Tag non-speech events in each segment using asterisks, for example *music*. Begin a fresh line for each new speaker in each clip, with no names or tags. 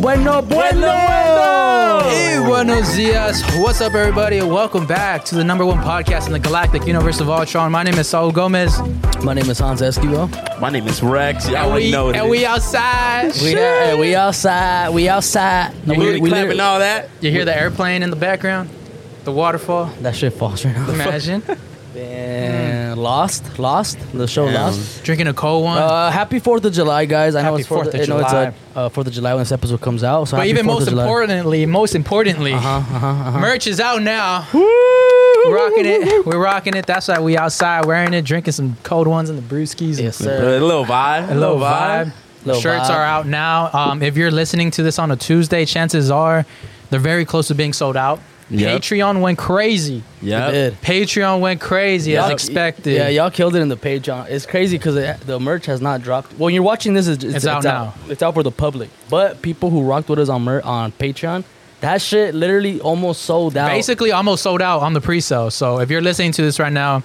Bueno, bueno!
Hey, buenos dias. What's up, everybody? Welcome back to the number one podcast in the galactic universe of Ultron. My name is Saul Gomez.
My name is Hans Esquivel.
My name is Rex. Y'all already
we,
know it.
and we outside.
We, hey, we outside. We outside. No,
Booty
we, we
clap and
literally-
all that.
you hear the airplane in the background? The waterfall?
that shit falls right now.
Imagine.
Man, lost, lost. The show
Damn.
lost.
Drinking a cold one.
Uh, happy Fourth of July, guys! I know
Happy
it's Fourth
4th of
I know it's
July.
a uh, Fourth of July when this episode comes out. So
but
happy
even
4th
most
of July.
importantly, most importantly, merch is out now. We're rocking it. We're rocking it. That's why we outside wearing it, drinking some cold ones and the brewskis.
yes,
A
sir.
little vibe. A
Little vibe.
Little
Shirts
vibe.
are out now. Um, if you're listening to this on a Tuesday, chances are they're very close to being sold out.
Yep.
Patreon went crazy.
We
Yep.
did.
Patreon went crazy as
Y'all-
expected.
Yeah, y'all killed it in the page. On It's crazy because the merch has not dropped. When you're watching this, it's, it's,
It's out
It's out for the public. But people who rocked with us on mer- on Patreon, that shit literally almost sold out.
Basically, almost sold out on the pre-sale. So if you're listening to this right now,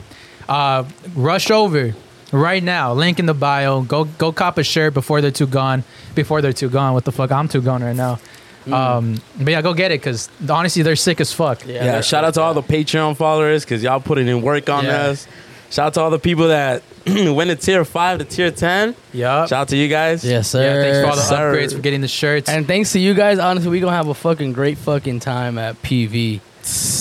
uh, rush over right now. Link in the bio. Go go cop a shirt before they're too gone. Before they're too gone. What the fuck? I'm too gone right now.
Mm.
Um, but yeah, go get it because honestly, they're sick as fuck.
Yeah.
Yeah, shout out to all the Patreon followers because y'all putting in work on
Yeah.
us. Shout out to all the people that *clears throat* went to tier five to tier ten.
Yup.
Shout out to you guys.
Yes, sir.
Yeah, thanks for all the
Sir.
upgrades for getting the shirts.
and thanks to you guys, honestly, we gonna have a fucking great fucking time at PV.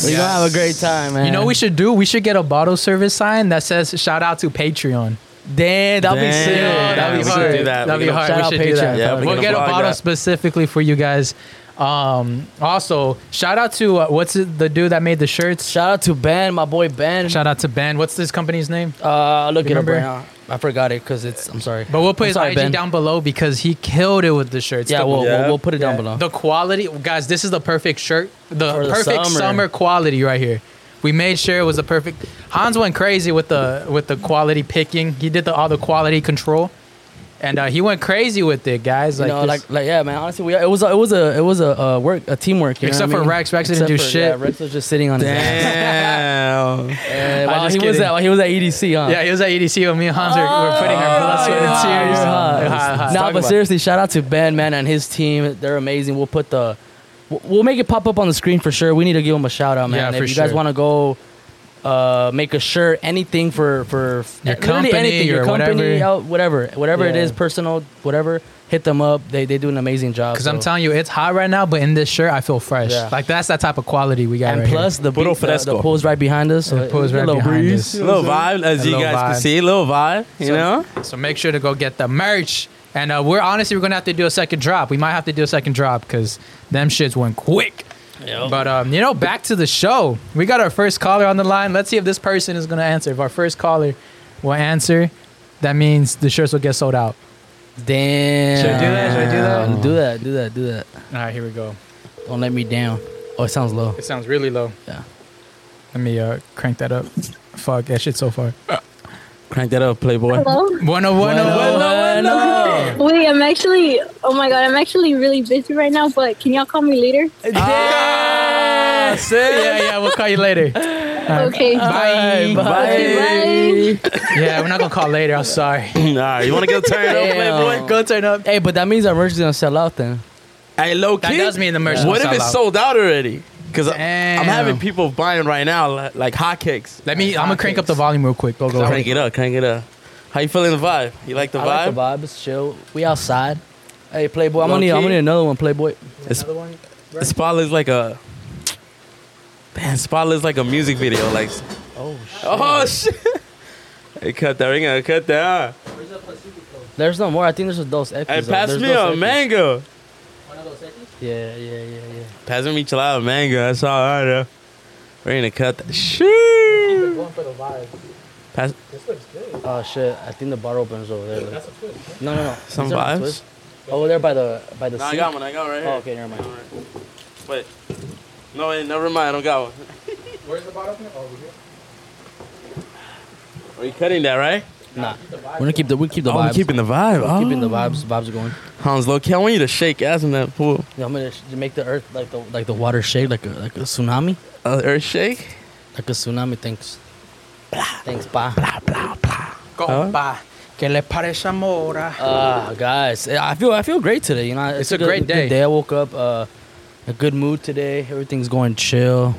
We gonna have a great time, man.
you know what we should do? We should get a bottle service sign that says shout out to Patreon.
Damn, that'll be
Damn.
sick.
Yeah,
That'll be
we should
sick.
do that.
That'd
We
be
can-
hard.
shout
We
out
should do that.
Patreon. Yeah,
we
we'll
can
get a
vlog
bottle
that.
specifically for you guys. Um, also, shout out to uh, what's it, the dude that made the shirts?
Shout out to Ben, my boy Ben.
Shout out to Ben. What's this company's name?
Uh, look it up
Remember?
right now. I forgot it because it's. I'm sorry.
But we'll put
I'm
his
sorry,
IG
Ben.
down below because he killed it with the shirts.
Yeah,
The-
we'll,
Yeah.
We'll, we'll put it down
yeah.
below.
The quality, guys. This is the perfect shirt. The
For the
perfect
summer.
summer. quality right here. We made sure it was the perfect. Hans went crazy with the with the quality picking. He did the all the quality control, and uh, he went crazy with it, guys.
you
Like,
know,
this-
like, like, yeah, man. Honestly, we, it was, a, it was a, it was a uh, work, a teamwork. You know
Except
what I
for
mean?
Rex. Rex didn't do shit.
Yeah, Rex was just sitting on his ass.
Damn.
Yeah, while
just
he was
kidding.
at, while he was at EDC, huh?
yeah, he was at E EDC when me and Hans were, were putting
Oh,
our blood, sweat,
yeah.
and tears.
Yeah.
Oh, Yeah, yeah.
Nah,
talk
but
about it.
seriously, shout out to Ben, man, and his team. They're amazing. We'll put the, we'll- we'll make it pop up on the screen for sure. We need to give them a shout out, man.
Yeah,
if
for
you guys
sure.
want to go, uh, make a shirt, anything for for
Your
literally
company
anything, your
or
company,
whatever.
uh, whatever, whatever it
Yeah.
is, personal, whatever. Hit them up. They they do an amazing job.
Because
so-
I'm telling you, it's hot right now, but in this shirt, I feel fresh.
Yeah.
Like that's that type of quality we got.
and
right here.
plus the,
Puro
beach, the the
fresco.
pool's right behind us. So
The pool's
it's a
right
little
behind
breeze.
us.
*laughs* little vibe, as
A
you
little
guys
vibe.
can see. Little vibe, you know?
So make sure to go get the merch. And uh, we're honestly, we're gonna have to do a second drop. We might have to do a second drop because them shits went quick. But um, you know, back to the show. We got our first caller on the line. Let's see if this person is gonna answer. If our first caller will answer, that means the shirts will get sold out.
Damn.
Should I do that? Should I do that?
Do that. Do that. Do that.
All right, here we go.
Don't let me down. Oh, it sounds low.
It sounds really low.
Yeah.
Let me uh, crank that up. Fuck that shit so far.
Crank that up, Playboy. *laughs*
Hello.
One oh one oh
Bueno.
Wait, I'm actually. Oh my god, I'm actually really busy right now. But can y'all call me later?
Ah, sis.
Yeah, yeah, we'll call you *laughs* later. Uh,
Okay.
Bye.
Okay, bye.
Yeah, we're not gonna call later. I'm sorry.
All right, you want to go turn it up, Playboy?
Go turn up.
Hey, but that means our merch is gonna sell out then.
Hey, low
That
key.
does mean the merch
What
will
if
sell
it's
out.
sold out already? Because I'm
Damn.
having people buying right now li- like hotcakes.
Let me. I'm gonna crank up the volume real quick. Go go.
Crank it up, crank it up. How you feeling the vibe? You like the
I
vibe?
like the vibe. It's chill. We outside. Hey, Playboy. I'm gonna need. I'm
Low-key.
gonna need another one, Playboy.
It's- The spot looks like a. Man, spot looks like a music video. Like,
Oh shit.
oh shit. Hey, cut that. We gonna cut that. Huh?
There's no more. I think there's a Dos Equis.
Hey,
though.
pass
There's
me
Dos
a
Equis.
mango.
Yeah, yeah, yeah, yeah.
Pass me chalada mango. That's all right, though. We're gonna cut that. Shoot. Pass
Oh shit. I think the bar opens over there. Look. No, no, no.
some
Is there a
vibes.
twist? Over there by the by the
No, I
sea.
got one. I got one right here.
Oh, okay, never mind.
Wait. No, wait, never mind. I don't got one. *laughs*
Where's the bottle? Oh,
Are you cutting that, right?
Nah. We're gonna keep the we keep the
oh,
vibes.
we're keeping the vibe. Oh.
keeping the vibes. Vibes are going.
Hans Loki, I want you to shake ass in that pool.
Yeah, I'm gonna sh- make the earth like the like the water shake like a like a tsunami,
Uh, earth shake?
like a tsunami. Thanks, thanks, pa.
Go
Huh?
bye. Que le parece amor?
Uh, guys, I feel I feel great today. You know,
It's a great
good
day.
I woke up uh, a good mood today. Everything's going chill.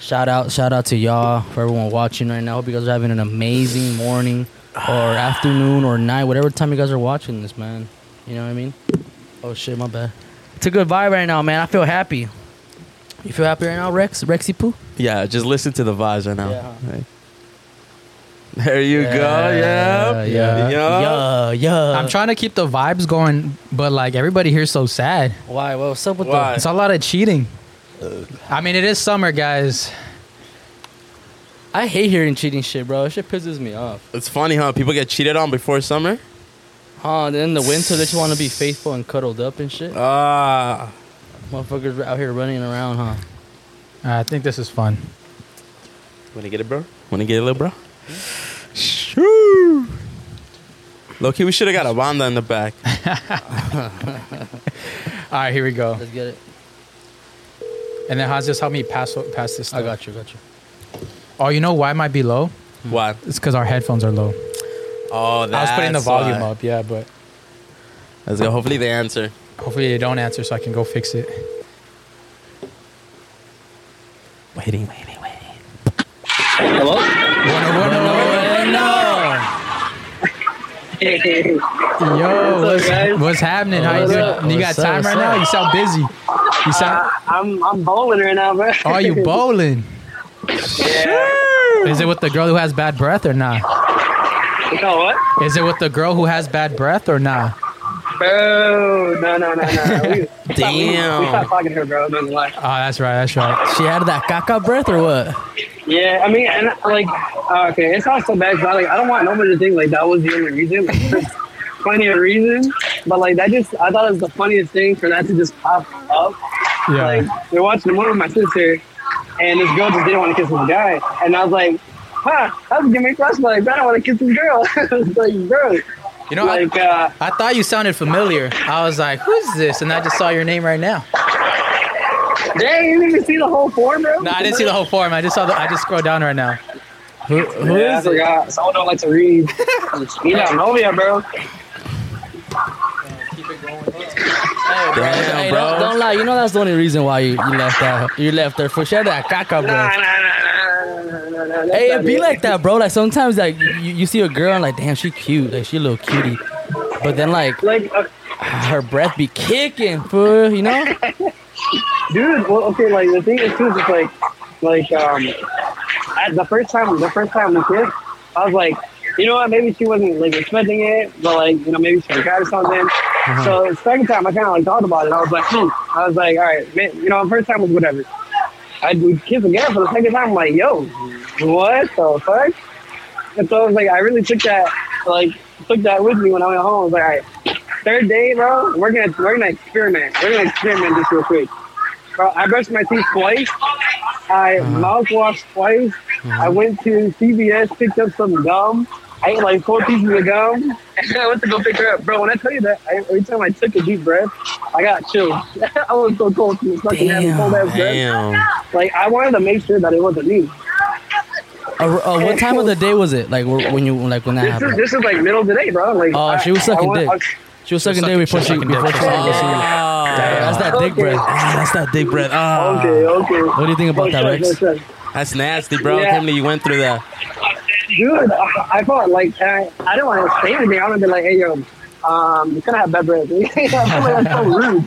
Shout out, shout out to y'all for everyone watching right now. Hope you guys are having an amazing morning
*sighs*
or afternoon or night, whatever time you guys are watching this, man. You know what I mean? Oh shit, my bad. It's a good vibe right now, man. I feel happy. You feel happy right now, Rex? Rexy Poo?
Yeah, just listen to the vibes right now.
Yeah.
Right. There you go. Yeah.
yeah,
Yeah.
yeah, yeah.
I'm trying to keep the vibes going, but like everybody here's so sad.
Why? What's up with
Why?
that?
It's a lot of cheating. I mean, it is summer, guys.
I hate hearing cheating shit, bro. It shit pisses me off.
It's funny, huh? People get cheated on before summer.
Huh? And then the winter, they just want to be faithful and cuddled up and shit.
Ah.
Motherfuckers out here running around, huh?
Uh, I think this is fun.
Wanna get it, bro? Wanna get it, little bro? Shoo. Low key, we should have got a banda in the back.
All right, here we go.
Let's get it.
And then Hans just help me pass pass this.
I got you, got you.
Oh, you know why it might be low?
Why?
It's because our headphones are low.
Oh, that's
I was putting the volume
why.
up, yeah, but
Let's go. Hopefully they answer.
hopefully they don't answer so I can go fix it.
Waiting, waiting, waiting.
Yo, what's,
guys?
what's happening? How you
What's
doing?
up?
You got
What's up?
time right
What's
now?
up?
You sound busy. You sound.
*laughs* I'm I'm bowling right now, bro.
Are you bowling?
Yeah.
Is it with the girl who has bad breath or not?
*laughs* You know what?
Is it with the girl who has bad breath or not?
Bro, no, no, no,
*laughs*
no. We, we stopped
Damn.
talking to her, bro. Not gonna lie.
Oh, that's right. That's right.
She had that caca breath or what?
Yeah, I mean, and like, uh, okay, it's not so bad. 'cause I, like, I don't want nobody to think like that was the only reason. Like, there's *laughs* plenty of reasons, but like that just, I thought it was the funniest thing for that to just pop up.
Yeah.
Like, we we're watching a movie with my sister, and this girl just didn't want to kiss this guy, and I was like, huh, that's gonna make us like, but I don't want to kiss this girl. *laughs* It's like, bro,
You know, I,
like, uh,
I thought you sounded familiar. I was like, who's this? And I just saw your name right now.
dang, you didn't even see the whole form, bro.
No, I didn't see the whole form. I just saw the. I just scrolled down right now.
Who, who
yeah, I
is it?
forgot. Someone don't like
*laughs*
to read. you don't know me, bro.
Damn,
Hey,
bro.
Don't, don't lie. You know that's the only reason why you, you left that. You left her for she had that caca
Nah, nah,
breath.
nah, nah, nah, nah, nah, nah.
Hey, it be like that, bro. Like sometimes, like you, you see a girl and like, damn, she cute. Like she a little cutie. But then like
Like, uh,
her breath be kicking, fool. You know?
dude. Well, okay. Like the thing is too, just like, like um, at the first time, the first time we kissed, I was like, you know what? Maybe she wasn't like expecting it, but like, you know, maybe she forgot or something.
Uh-huh.
So the second time, I kind of like thought about it. I was like, hmm. I was like, all right, man, you know, first time was whatever. I would kiss again for the second time. I'm like, yo, what the fuck? And so I was like, I really took that, like, took that with me when I went home. I was like, all right, third day, bro, we're gonna we're gonna experiment. We're gonna experiment this real quick. Bro, I brushed my teeth twice. I mouthwashed twice. I went to CVS, picked up some gum. I ate like four pieces of gum. And I went to go pick her up. Bro, when I tell you that, I, every time I took a deep breath, I got chills. *laughs* I was so cold from the fucking having cold ass breath.
Damn.
Like, I wanted to make sure that it wasn't me.
Uh, uh, what time of the day was it? Like wh- when you like when that
This is,
happened?
this is like middle of the day, bro. Like,
Oh,
I-
she was sucking
I want-
dick. She was sucking
Suck-
day before she
sucking dick.
before she went
Oh.
to go see you. That's that dick
Okay.
breath.
Ah, that's that deep breath. Ah.
Okay, okay.
What do you think about that, Rex?
That's nasty, bro.
Yeah.
Can't believe you went through that.
Dude, I I felt like I, I didn't want to say anything. I would have been like, hey, yo, um, you're going to have bad breath. *laughs* I feel
*laughs*
like that's so rude.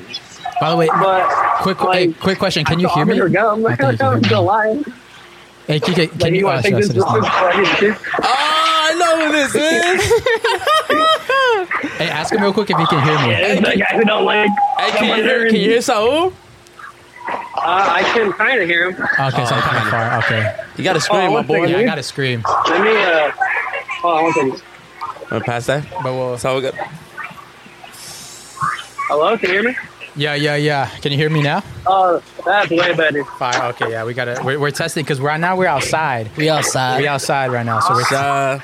By the way,
But
quick, hey,
like,
quick question. Can you
I
hear
offered
me?
Her gum. *laughs*
I
I
think you can
am
hear
still
me.
lying.
Hey, KK,
Like,
can
you
you?
want
Oh,
to take
sorry,
this?
sorry,
this
sorry.
is- *laughs*
Oh, I know who this is.
Hey, ask him real quick if he can hear me.
It's the guy who don't like.
hey, can
someone
you hear,
hearing
can you
you.
hear Saul?
Uh, I can kind of hear him.
Okay, so I'm kind of far. Okay.
You gotta scream,
Oh,
my
one
boy.
second.
Yeah,
Yeah.
I gotta scream. But
Let me. Uh, hold on one second.
Wanna pass that?
we'll.
That's all we got.
Hello, can you hear me?
Yeah, yeah, yeah. Can you hear me now?
Uh, that's way better.
Fire. Okay, yeah, we gotta. We're, we're testing because right now we're outside.
We outside.
We're outside right now, so we're,
Uh,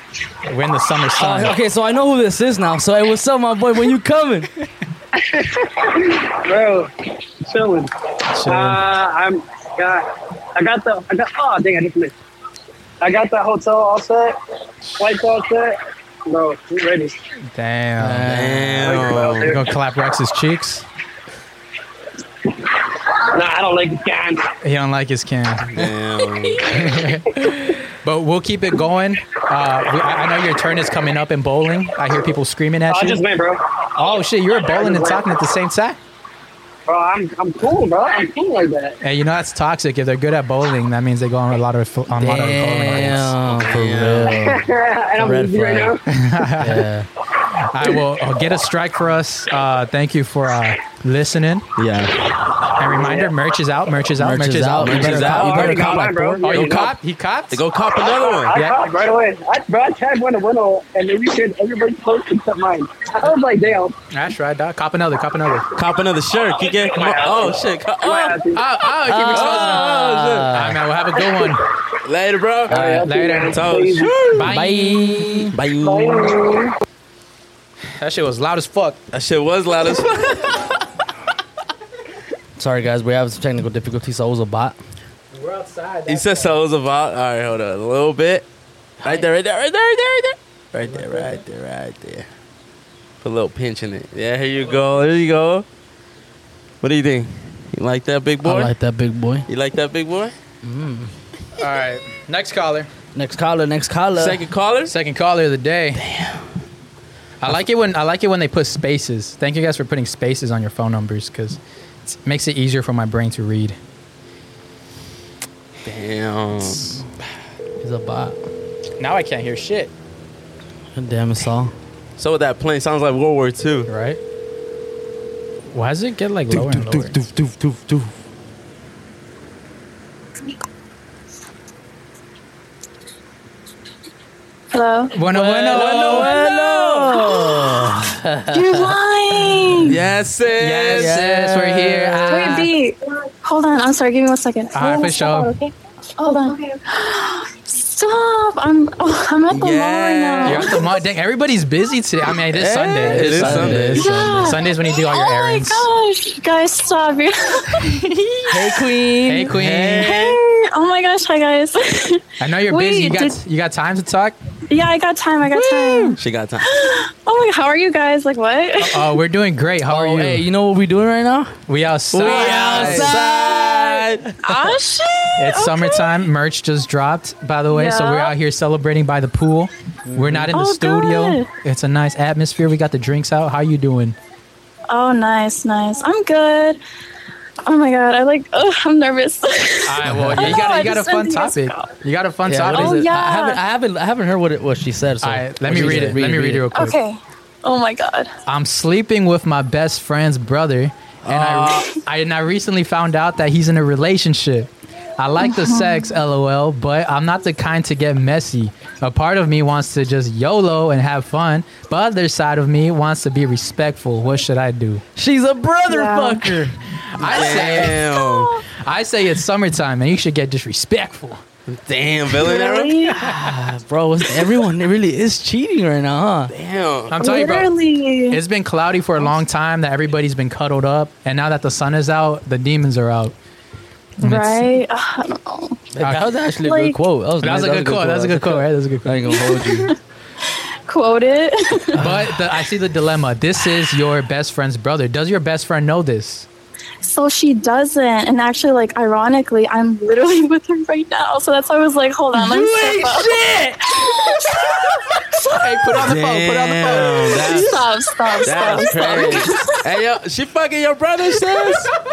we're in the summer sun.
Oh, okay, so I know who this is now. So hey, what's up, my boy? When you coming? *laughs*
Bro, chilling.
So,
Uh, I'm got, I got the, I got, oh dang, I just missed. I got the hotel all set, flights all set. bro, he's ready.
Damn.
uh,
Damn.
You gonna clap Rex's cheeks?
Nah, I don't like cans.
He don't like his can.
Damn.
But we'll keep it going. Uh, we, I I know your turn is coming up in bowling. I hear people screaming at
I
you.
just went, bro.
oh shit, you're bowling and talking at the same time.
Bro, I'm I'm cool, bro. I'm cool like that.
Hey, Uh, you know that's toxic. If they're good at bowling, that means they go on a lot of on a lot of bowling lanes.
Damn, for real.
and I'm
Red
busy right now.
flag. *laughs* Yeah.
I will uh, get a strike for us. Uh, thank you for uh, listening.
Yeah.
And reminder, merch is out. Merch is out. Merch, is out.
Merch
You better
is
cop-
out.
You
I
better
already got
cop.
mine, bro.
Oh,
Yeah,
you
you know.
cop? He copped?
They go cop another one.
I
Yeah.
called right away. I, bro, I tagged one of one all, and then you said everybody close except mine. I was like, damn.
That's right, dog. Cop another. Cop another. Oh,
Cop another shirt. You get. Oh shit. Cop-
My
oh.
ass is-
oh, keep exposing.
shit.
All right, man. We'll have a good one.
Later, bro.
right, Uh, later.
Toes.
Bye.
Bye.
Bye.
That shit was loud as fuck.
That shit was loud *laughs* as fuck.
Sorry, guys, we have some technical difficulties, so it was a bot.
We're outside.
He said so was about. All right, hold on. A little bit. Right there, right there, right there, right there, right there. Right there, right there, right there. Put a little pinch in it. Yeah, here you go. There you go. What do you think? You like that big boy?
I like that big boy.
you like that big boy?
All right. Next caller.
Next caller, next
Uh.
caller.
Second caller?
Second caller of the day. Damn. I like it when I like it when they put spaces. Thank you guys for putting spaces on your phone numbers because it makes it easier for my brain to read.
Damn.
He's a bot.
Now I can't hear shit.
Damn, it's all.
So with that plane sounds like World War II.
Right? Why does it get like lower and lower? *laughs*
Hello.
Bueno, bueno, bueno,
You're lying.
Yes, sis.
Yes, yes, we're here. Ah.
Wait, B. Hold on. I'm sorry. Give me one second.
All right, for sure.
Hold on. Stop. I'm. Oh, I'm at the mall
You're
right
at
now.
the mall. Dang, everybody's busy today. I mean, it is Sunday.
it is
Sunday.
Sunday.
Yeah.
Sundays when you do all your
oh
errands.
my gosh, guys,
*laughs*
stop! You're- *laughs*
Hey, Queen.
Hey, Queen.
Hey, oh my gosh, hi guys. *laughs*
I know you're
Wait,
busy. You got
did-
you got time to talk?
yeah, I got time. I got time.
She got time.
Oh my, how are you guys? Like what?
Oh, we're doing great. How
Oh,
are you?
Hey, you Uh, know what we doing right now?
We outside.
outside.
oh shit!
*laughs* It's
okay.
summertime. Merch just dropped, by the way. So we're
Yeah.
out here celebrating by the pool. We're not in the
Oh,
studio.
good.
It's a nice atmosphere. We got the drinks out. How you doing?
Oh, nice, nice. I'm good. Oh my god, I like. Ugh, I'm nervous. *laughs*
All right, well,
I
you got,
know,
you got
I
a
just
fun
sent
topic.
you guys-
You got a fun
Yeah,
topic.
what
Oh,
is it?
yeah.
I haven't, I haven't, I haven't heard what it, what she said. So
All right, let
What
me
she
read
said.
it. Let me read it real quick.
okay. Oh my god.
I'm sleeping with my best friend's brother, and I, I and I recently found out that he's in a relationship. I like the sex, lol, but I'm not the kind to get messy. A part of me wants to just YOLO and have fun, but other side of me wants to be respectful. What should I do?
She's a brother
Yeah.
fucker.
I say,
Damn.
I say it's summertime, and you should get disrespectful.
Damn,
Oh,
villain arrow.
Really?
Bro, it's- everyone really is cheating right now, huh?
Damn.
I'm telling you, bro.
Literally.
It's been cloudy for a long time that everybody's been cuddled up, and now that the sun is out, the demons are out. And it's-
right? Ugh, I don't know.
That was actually a good
Like-
quote. That was,
That was
nice.
a good quote. That was a good quote, right? That was a good
I
quote.
ain't gonna hold
*laughs*
you.
Quote it. *laughs*
But the, I see the dilemma. This is your best friend's brother. Does your best friend know this?
so she doesn't, and actually, like, ironically, I'm literally *laughs* with her right now. So that's why I was like, hold on, let me step up.
Hey, put on the phone. Put on the phone.
Damn,
*laughs*
that's-
*laughs* Stop, stop, stop.
That's crazy. hey, yo, she fucking your brother, sis.
Nah.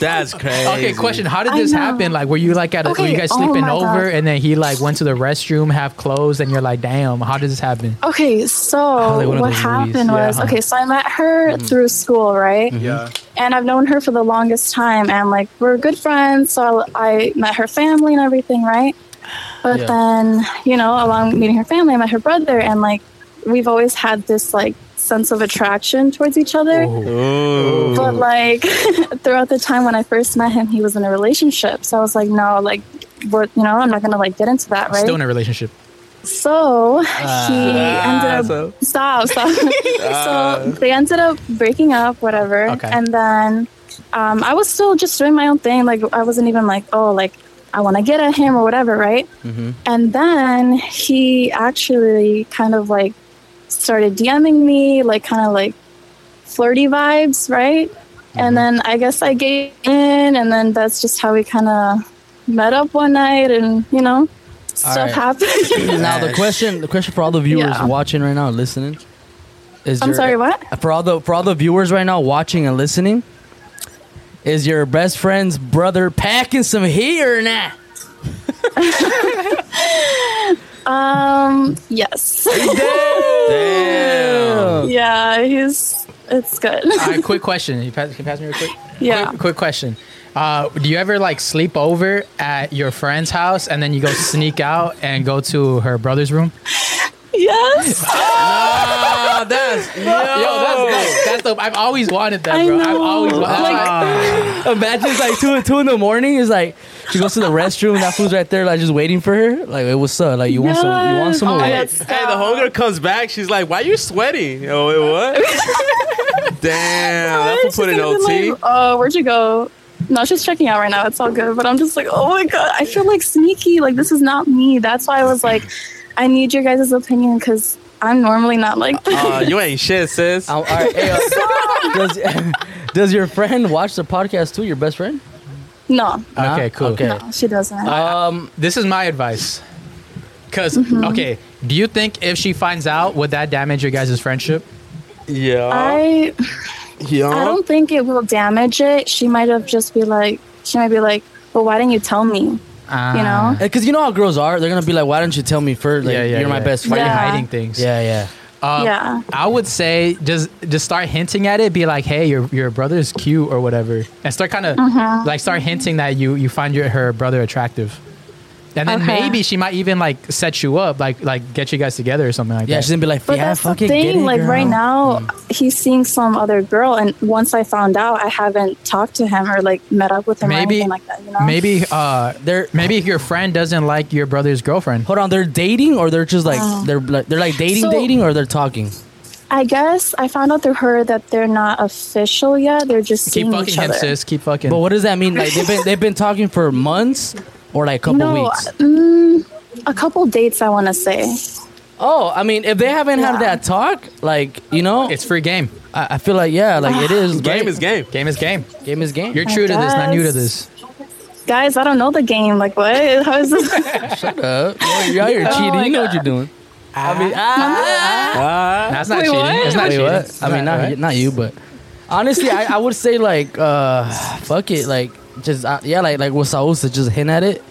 That's
*laughs*
crazy.
Okay, question. How did
I
this
know.
happen? Like, were you like at? A, were you
Okay,
guys
oh
sleeping
my
over,
God.
and then he like went to the restroom, half closed, and you're like, damn, how did this happen?
Okay, so
Oh, like one of
what
those movies, Mm-hmm.
happened
yeah.
was okay, so I met her through school, right?
Yeah.
And I've known her for the longest time, and like we're good friends. So I met her family and everything, right? But
Yeah.
then, you know, along meeting her family, I met her brother, and like we've always had this like sense of attraction towards each other.
Oh.
Ooh.
But like *laughs* throughout the time when I first met him, he was in a relationship. So I was like, no, like we're, you know, I'm not gonna like get into that, right?
Still in a relationship.
So he
Ah,
ended up
so-
stop stop. *laughs* so they ended up breaking up, whatever.
Okay.
And then um, I was still just doing my own thing. Like I wasn't even like oh like I want to get at him or whatever, right?
Mhm.
And then he actually kind of like started DMing me, like kind of like flirty vibes, right? And then I guess I gave in, and then that's just how we kind of met up one night, and you know, stuff
right.
happened. *laughs*
Now the
Yes.
question, the question for all the viewers
Yeah.
watching right now, listening, is
I'm
your-
sorry, what?
For all the for all the viewers right now watching and listening, is your best friend's brother packing some heat or not?
Um, yes.
Damn.
yeah, he's it's good.
All right, quick question. You pass, can you pass me real quick?
*laughs* yeah.
Quick, quick question. Uh, do you ever like sleep over at your friend's house and then you go sneak out and go to her brother's room?
Yes.
Ah, that's yo.
Yo, that's dope. That's dope. I've always wanted that,
I
bro. I've
know.
always wanted
Like-
Imagine it's like two two in the morning. It's like she goes to the restroom. That fool's right there, like just waiting for her. Like, hey, what's up? Like, you want some? You want some? or what?
Yes. Oh,
Hey,
Let's
hey, the
go.
hunger comes back. She's like, "Why you sweating?" Yo, wait, what?
*laughs*
Damn, that
She's
for putting
gonna be
OT.
like, Oh, where'd you go? No, she's checking out right now. It's all good. But I'm just like, oh my god, I feel like sneaky. Like this is not me. That's why I was like, I need your guys' opinion because I'm normally not like this.
Uh, you ain't shit, sis.
Um, all right, hey, uh, does, *laughs* does your friend watch the podcast too? Your best friend?
*laughs* no,
Nah?
Okay, cool.
Okay.
no, she doesn't.
Um,
This is my advice. because
Mm-hmm.
okay, do you think if she finds out, would that damage your guys' friendship?
Yeah,
I I
uh,
don't think it will damage it. She might have just be like, she might be like, well, why didn't you tell me?
Ah.
You know?
because you know how girls are. They're gonna be like, "Why don't you tell me first? Like,
yeah, yeah,
you're my
yeah.
best
Why
friend."
are you
Yeah.
hiding things?
Yeah, yeah. Uh,
Um,
yeah.
I would say just just start hinting at it. Be like, hey, your your brother's cute or whatever, and start kind of
Mm-hmm.
like start hinting that you you find your her brother attractive, and then
Okay.
maybe she might even like set you up, like like get you guys together or something like
Yeah,
that.
she's gonna be like,
But
yeah,
that's the
fucking get
thing.
it,
like right
girl."
now, he's seeing some other girl, and once I found out, I haven't talked to him or like met up with him or
Maybe-
anything like that. You know?
maybe uh
they're
maybe your friend doesn't like your brother's girlfriend.
hold on. They're dating or they're just like
Oh.
they're like, they're like dating,
So-
dating, or they're talking.
I guess I found out through her that they're not official yet. They're just
Keep
seeing
fucking
each
him,
other.
sis. Keep fucking.
But what does that mean? Like they've been they've been talking for months or like a couple
no,
weeks.
mm, a couple dates I want to say.
Oh, I mean, if they haven't
Yeah.
had that talk, like you know,
it's free game.
I, I feel like yeah, like it is.
game
right?
is game.
Game is game.
Game is game.
You're
I
true to this, not new to
guess.
this.
Guys, I don't know the game. Like what? *laughs* How
*laughs*
is this?
Shut up. You're out here
Oh
cheating.
my
you know what you're doing. I mean, ah,
Ah,
That's not
Wait,
cheating.
what?
That's not
Wait,
cheating.
what?
It's
I mean, not,
right?
not you, but honestly, I, I would say like, uh, fuck it, like just uh, yeah, like like what Saul said, just hint at it,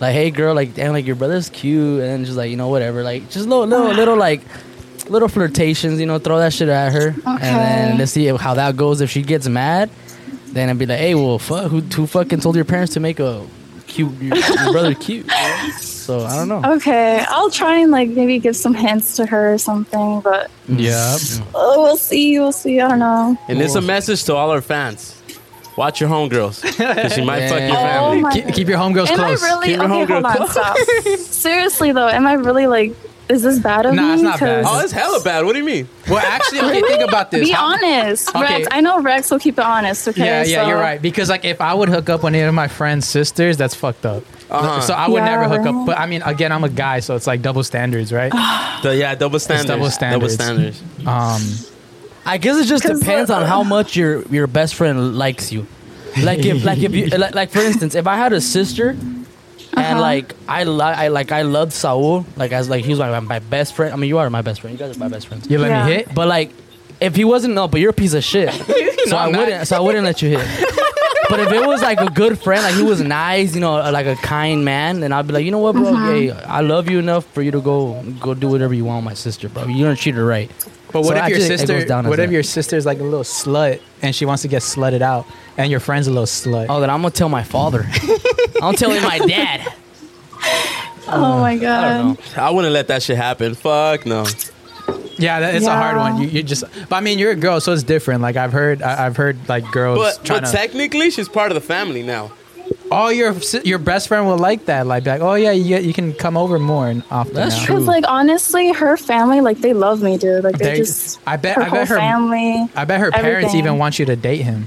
like hey girl, like damn, like your brother's cute, and then just like you know whatever, like just little little little like little flirtations, you know, throw that shit at her, and then
Okay.
let's see how that goes. If she gets mad, then I'd be like, hey, well, fuck, who, who fucking told your parents to make a cute your, your brother cute? So I don't know.
Okay, I'll try and like maybe give some hints to her or something, but
Yeah.
oh, we'll see. We'll see. I don't know.
and it's a message to all our fans. Watch your homegirls, 'cause she might fuck your
Yeah.
*laughs* Oh
family.
my
Keep, keep your homegirls
Am
close.
I really?
Keep your
okay,
homegirl
hold
*laughs*
on. Stop. Seriously though, am I really like? Is this bad of
Nah,
me?
it's not bad.
'Cause-
Oh, it's hella bad. What do you mean?
Well, actually, okay, think about this.
Be
How-
honest,
Okay.
Rex. I know Rex will keep it honest. Okay.
Yeah, yeah,
so-
you're right. Because like, if I would hook up with any of my friends' sisters, that's fucked up.
Uh-huh.
So I would
Yeah,
never hook up.
right. Ah.
But I mean, again, I'm a guy, so it's like double standards, right?
The- yeah, double standards.
double standards.
standards.
um,
I guess it just
'Cause,
depends on
uh,
how much your your best friend likes you. Like if like
*laughs*
if you like, like for instance, if I had a sister and
Uh-huh.
like I, li- I like I loved Saul, like as like he was like my best friend. I mean, you are my best friend. You guys are my best friends.
you let
Yeah.
me hit.
But like if he wasn't no, but you're a piece of
*laughs*
shit. so I
I'm not.
wouldn't so I wouldn't let you hit. But if it was like a good friend, like he was nice, you know, uh, like a kind man, then I'd be like, you know what, bro?
Uh-huh.
Hey, I love you enough for you to go go do whatever you want, with my sister, bro. You're gonna treat her right.
But what
So
if your
actually, it goes
sister?
down as
What if
that.
your sister's like a little slut and she wants to get slutted out, and your friend's a little slut?
Oh, then I'm gonna tell my father. I'm telling my dad.
Mm.
Oh my god.
I don't know.
I wouldn't let that shit happen. Fuck no.
Yeah, that, it's a hard
Yeah.
one. You, you just, but I mean, you're a girl, so it's different. Like I've heard, I, I've heard like girls
But,
trying
but
to.
technically, she's part of the family now.
all your si- your best friend will like that. Like, be like, oh yeah, you, you can come over more and often.
That's
now."
true.
Because like honestly, her family like they love me, dude. Like they,
They-
just
I bet-
her
I bet
whole
her-
family.
I bet her parents
Everything.
even want you to date him.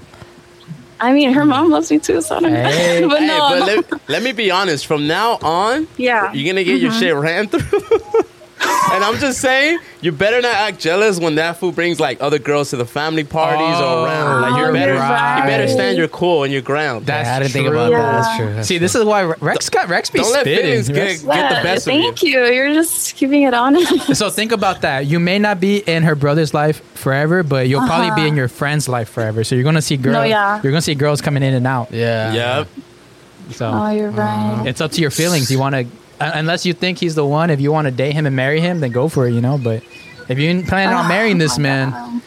I mean, her mom loves me too, so I don't
Mm. Hey.
know. *laughs* but
Hey,
no,
but let, let me be honest. From now on,
Yeah. Mm-hmm.
you're gonna get your shit ran through. *laughs* and I'm just saying, you better not act jealous when that fool brings like other girls to the family parties
Oh,
or around. Like
you're
you better,
right.
you better stand your cool and your
*laughs*
ground.
That's
I didn't think
true.
about
Yeah.
that. That's true. That's
See, this is why Rex got Rex be
Don't let
spitting.
feelings get,
Rex-
get the
Yeah,
best of you.
thank you. you. are just keeping it
*laughs*
honest.
So think about that. You may not be in her brother's life forever, but you'll probably be in your friend's life forever. So you're gonna see girls.
Uh-huh. yeah.
You're gonna see girls coming in and out.
Yeah.
Yep.
So
oh, you're right.
it's up to your feelings. You want to, unless you think he's the one. If you want to date him and marry him, then go for it. You know. But if you ain't planning on marrying this man,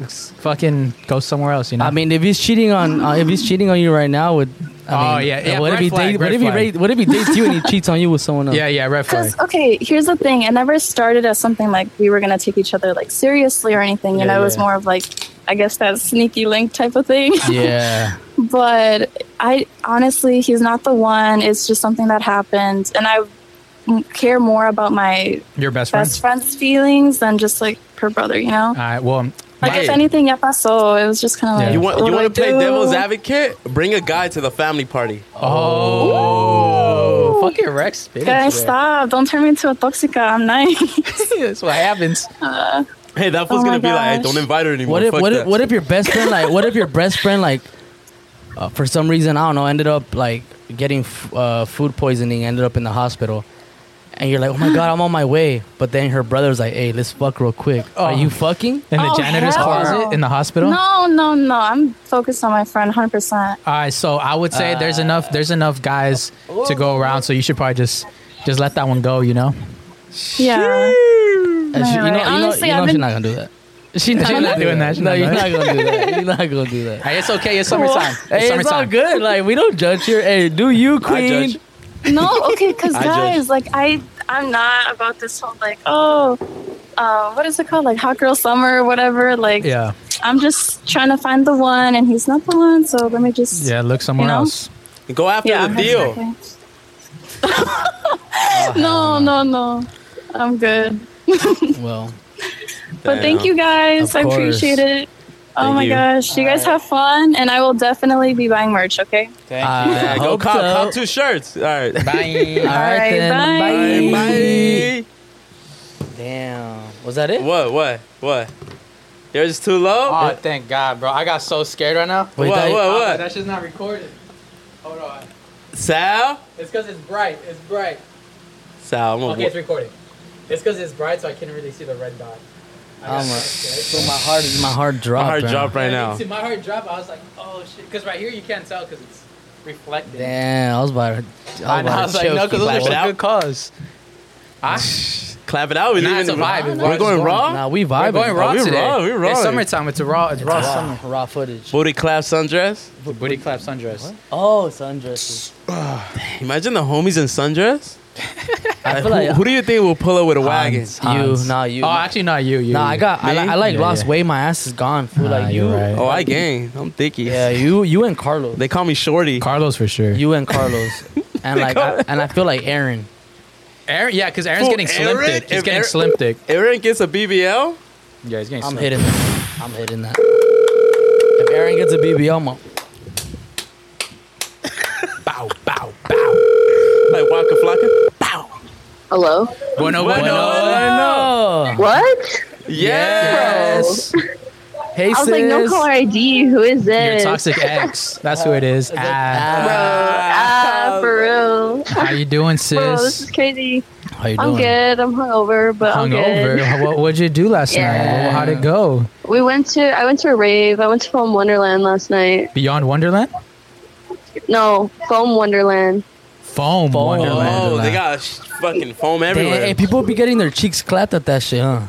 s- fucking go somewhere else. You know.
I mean, if he's cheating on uh, if he's cheating on you right now with I
Oh,
mean,
yeah, yeah,
What if
red
he
flag,
date, what
red
if he
flag.
rate, what if he dates you and he cheats on you
*laughs*
with someone else?
yeah, yeah, red flag.
Because okay, here's the thing. It never started as something like we were gonna take each other like seriously or anything. You
Yeah,
know, it was
yeah.
more of like I guess that sneaky link type
*laughs*
of thing. *laughs*
Yeah.
but I honestly, he's not the one. It's just something that happened, and I m- care more about my
Your best friend.
best friend's feelings than just like her brother. You know,
All right. Well, um,
like
Uh, Right.
if anything, yeah, pasó. It was just kind of
Yeah.
like
You want
what
you
do I
want to play
do?
devil's advocate? Bring a guy to the family party.
oh, fucking Rex spitting.
Guys,
today.
stop! Don't turn me into a toxica. I'm nice.
*laughs*
*laughs*
That's what happens.
Hey, that fool's
Oh
gonna
my
be like, hey,
gosh.
don't invite her anymore.
What if
Fuck
what if,
that.
what if your best friend like what if your best friend like uh, for some reason I don't know ended up like getting f- uh, food poisoning ended up in the hospital. And you're like, oh my god, I'm on my way. But then her brother's like, hey, let's fuck real quick. Are
Oh.
you fucking?
In the
Oh,
janitor's
hell
closet
no.
in the hospital.
no, no, no. I'm focused on my friend 100. percent
All right, so I would say there's
Uh,
enough there's enough guys to
oh.
go around, so you should probably just just let that one go, you know.
Yeah.
And she- you know,
Right, right.
you know,
Honestly,
you know
I've
she's
been-
not gonna do that. She's
not doing that. She's
No,
not
you're
doing
not gonna do that. You're not gonna do *laughs* that.
Hey, it's okay. It's summertime.
Hey, it's all good. Like we don't judge here. Hey, do you,
judge.
Queen?
No, okay, because
I judge.
guys, like I, I'm not about this whole like, oh, uh, what is it called, like hot girl summer or whatever. Like,
Yeah,
I'm just trying to find the one, and he's not the one. So let me just,
yeah. Look somewhere
You know?
else.
Go after
yeah,
the deal.
exactly. no, no, no, I'm good.
Well,
But thank you guys,
Of
I appreciate
course.
it. Oh
Thank
my
you.
gosh, you guys have fun, and I will definitely be buying merch. Okay.
I
Yeah, go
hope
cop,
so.
cop two shirts. All right.
Uh,
*laughs*
All
Bye.
right,
right,
then.
bye.
Bye. Damn. Was that it?
What? What? What? You're just too low.
*laughs* Oh, thank God, bro. I got so scared right now.
Wait,
what?
that-
Oh,
What? What?
That shit's not recorded. Hold on.
Sal?
It's because it's bright. It's bright.
Sal, I'm gonna.
Okay, it's recording. It's because it's bright, so I can't really see the red dot. I got
I'm a-
so
So
scared.
my heart, my heart dropped.
My heart
bro.
dropped right
And
now.
See, my heart dropped. I was like, oh shit, because right here you can't tell because it's reflecting.
Damn, I was about to.
I, know, I was like, no, because those are
Wow.
some good calls. I,
Clap it out. We
Nah,
leaving
it's a
the-
vibe. It's
We're
vibe.
going
It's
raw.
Nah, we
we're
vibing.
going raw
we
today.
raw, we raw.
It's summertime. It's a raw. It's raw
Raw,
summer.
raw footage.
Booty clap sundress.
It's a booty clap sundress.
Oh, sundresses.
Imagine the homies in sundress.
I
Like,
feel
who,
like
who do you think will pull up with a wagon?
Hans.
you, nah, you.
Oh, actually, not you. You.
nah, I
you.
got. I,
Me?
li- I like
Yeah,
lost
yeah.
weight. My ass is gone. Fool,
Nah,
like you.
you're right.
Oh, I gained. I'm thicky.
Yeah, you, you and Carlos.
They call me Shorty.
Carlos for sure.
You and Carlos,
*laughs*
and like, I, and I feel like Aaron.
Aaron, yeah, because Aaron's
Fool,
getting slim
Aaron?
thick. He's
If
getting
Aaron-
slim thick.
Aaron gets a BBL.
Yeah, he's getting.
I'm
slim.
hitting that. I'm hitting that. If Aaron gets a BBL, I'm a-
Bow, bow, bow.
Like Waka Flocka.
Hello?
Bueno, bueno.
no.
What?
Yeah.
Hey,
I was
sis.
like, no caller ID. Who is
Your
this?
toxic ex. That's who it is. Ah.
Ah, *laughs* for real.
How you doing, sis?
Bro, this is crazy.
How you doing?
I'm good. I'm hungover, but I'm
hungover.
good.
What would you do last night?
Yeah.
Wh- How'd it go?
We went to I went to a rave. I went to Foam Wonderland last night.
Beyond Wonderland?
No, Foam Wonderland.
Foam,
Foam.
Wonderland.
Oh, they got sh- fucking foam
Damn,
everywhere.
hey,
*laughs*
people be getting their cheeks clapped at that shit, huh?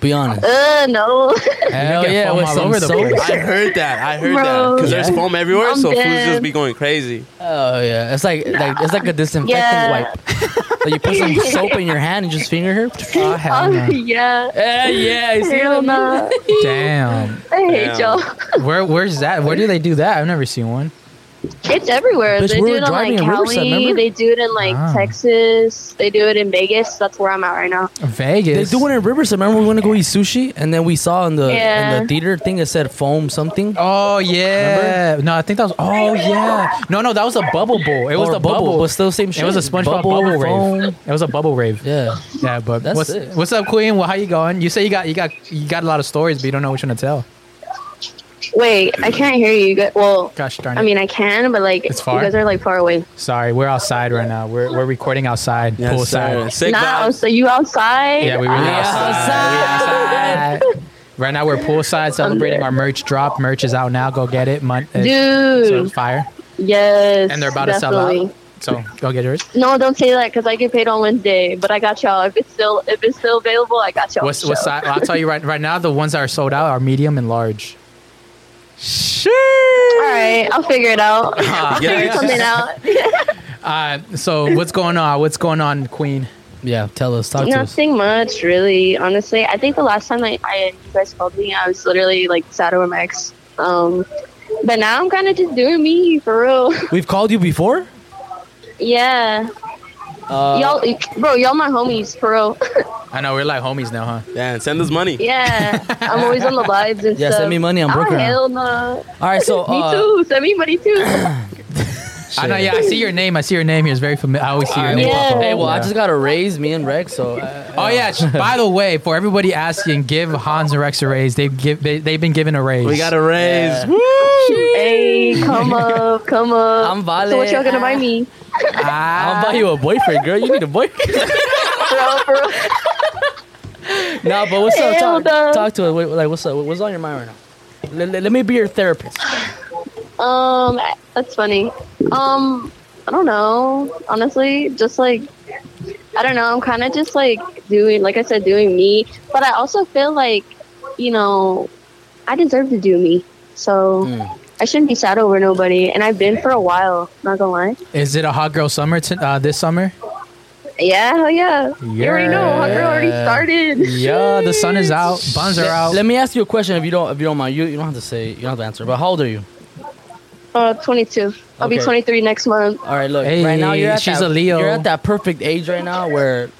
Be honest.
Uh, no.
Hell
get
yeah,
foam
what's
all over
over
the
the
place.
*laughs*
I heard that. I heard
Bro.
that because there's
Yeah.
foam everywhere,
I'm
so fools
dead.
just be going crazy.
Oh yeah, it's like like it's like a disinfectant
Yeah.
wipe. so you put
*laughs*
some soap in your hand and just finger her.
Oh, hell
Um,
no.
*laughs* yeah.
Eh,
Yeah, yeah. You see
Hell
them?
no.
Damn.
*laughs* I hate
Damn.
y'all.
Where where's that? Where do they do that? I've never seen one.
It's everywhere.
Bitch,
they
we
do
were
it on
driving
like
in Riverside,
Cali.
remember?
They do it in like
Ah.
Texas. They do it in Vegas. That's where I'm at right now.
They
Vegas.
do it in Riverside. Remember we went to go eat sushi and then we saw in the in
Yeah.
the theater thing it said foam something.
Oh yeah. No, I think that was. Oh yeah. No, no, that was a bubble bowl. It was
Or
the bubble.
but still same shit.
It was a SpongeBob bubble, rave.
foam.
It was a bubble rave.
*laughs*
Yeah,
Yeah.
but
That's
what's
it.
what's up, Queen? Well, how you going? You say you got you got you got a lot of stories, but you don't know which one to tell.
Wait, I can't hear you. guys. Well,
Gosh darn it.
I mean, I can, but like,
It's far?
you guys are like far away.
sorry, we're outside right now. We're we're recording outside,
Yes, sir.
poolside.
Sick
nah,
vibes.
so you outside?
Yeah, we really
Ah.
outside. We outside. Right now we're poolside celebrating our merch drop. Merch is out now. Go get it. Mon- it's- so
Dude,
fire.
yes.
And they're about
definitely.
to sell out. So go get yours.
No, don't say that because I get paid on Wednesday. But I got y'all. If it's still if it's still available, I got y'all.
What's what's si- I'll tell you right right now the ones that are sold out are medium and large.
All right, I'll figure
*laughs*
it out.
Ah,
I'll
yeah,
*laughs* figure
yeah.
something out.
Uh, so what's going on? What's going on, Queen?
Yeah, tell us, talk to us.
Nothing much, really. Honestly, I think the last time I, I you guys called me, I was literally like sad over my ex. Um, but now I'm kind of just doing me for real. *laughs*
We've called you before?
yeah,
Uh,
y'all, bro, y'all my homies for real. *laughs*
I know we're like homies now, huh?
Damn, send us money.
yeah, I'm always on the lives and
Yeah,
stuff.
send me money, I'm
Ah,
broke right now.
hell no.
all right, so uh,
*laughs* me too. Send me
*coughs*
money too.
I know.
Shit.
Yeah, I see your name. I see your name here. It's very familiar. I always see your
Alright,
name.
Yeah.
pop up.
Hey, well, I
Yeah.
just got a raise, me and Rex. So, uh,
Oh
*laughs*
yeah. sh- By the way, for everybody asking, give Hans and Rex a raise. They've give they, they've been given a raise.
We got a raise.
Yeah.
Woo!
hey, come up, come up.
I'm Vale.
So what y'all gonna buy me?
I'll
Ah,
buy you a boyfriend, girl. You need a boyfriend.
*laughs*
*laughs*
Bro, for real.
no, but what's up?
Hell
Talk,
no.
talk to us. Wait, like, what's up? What's on your mind right now? Let, let- let me be your therapist.
Um, that's funny. Um, I don't know. Honestly, just like I don't know. I'm kind of just like doing, like I said, doing me. But I also feel like, you know, I deserve to do me. So
Hmm. Mm.
I shouldn't be sad over nobody. And I've been for a while. Not gonna lie.
is it a hot girl summer t- uh, this summer?
Yeah, hell yeah. You already know. Hot girl already
Yeah.
started.
Yeah, the sun is out. Buns are
Let-
out.
Let me ask you a question. If you don't, if you don't mind, you, you don't have to say. You don't have to answer. But how old are you?
Uh, 22. I'll be
Okay.
23 next month.
All right, look. right now,
Hey,
you're at
she's
that,
a Leo.
You're at that perfect age right now where,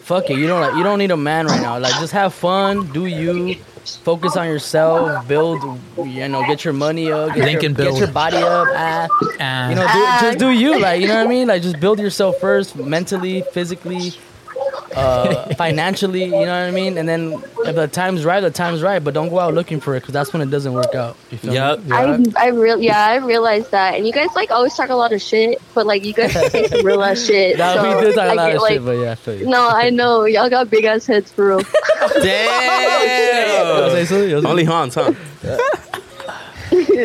fuck it, you don't like, you don't need a man right now. Like, just have fun, do you, focus on yourself, build, you know, get your money up, get,
Link
your,
and
get
build.
your body up. Ah,
Ah.
you know, do, just do you. Like, you know what I mean? Like, just build yourself first, mentally, physically,
*laughs*
uh, financially. You know what I mean? And then if the time's right, the time's right. But don't go out looking for it because that's when it doesn't work out. You feel
*laughs*
me?
Yup.
I I real yeah I realized that, and you guys like always talk a lot of shit, but like you guys say some real ass shit.
*laughs* Nah,
so
we did talk
I
a lot
get,
of
like,
shit, but yeah, I feel you.
No, I know y'all got big ass heads for
*laughs*
real.
Damn. Only Hans, huh?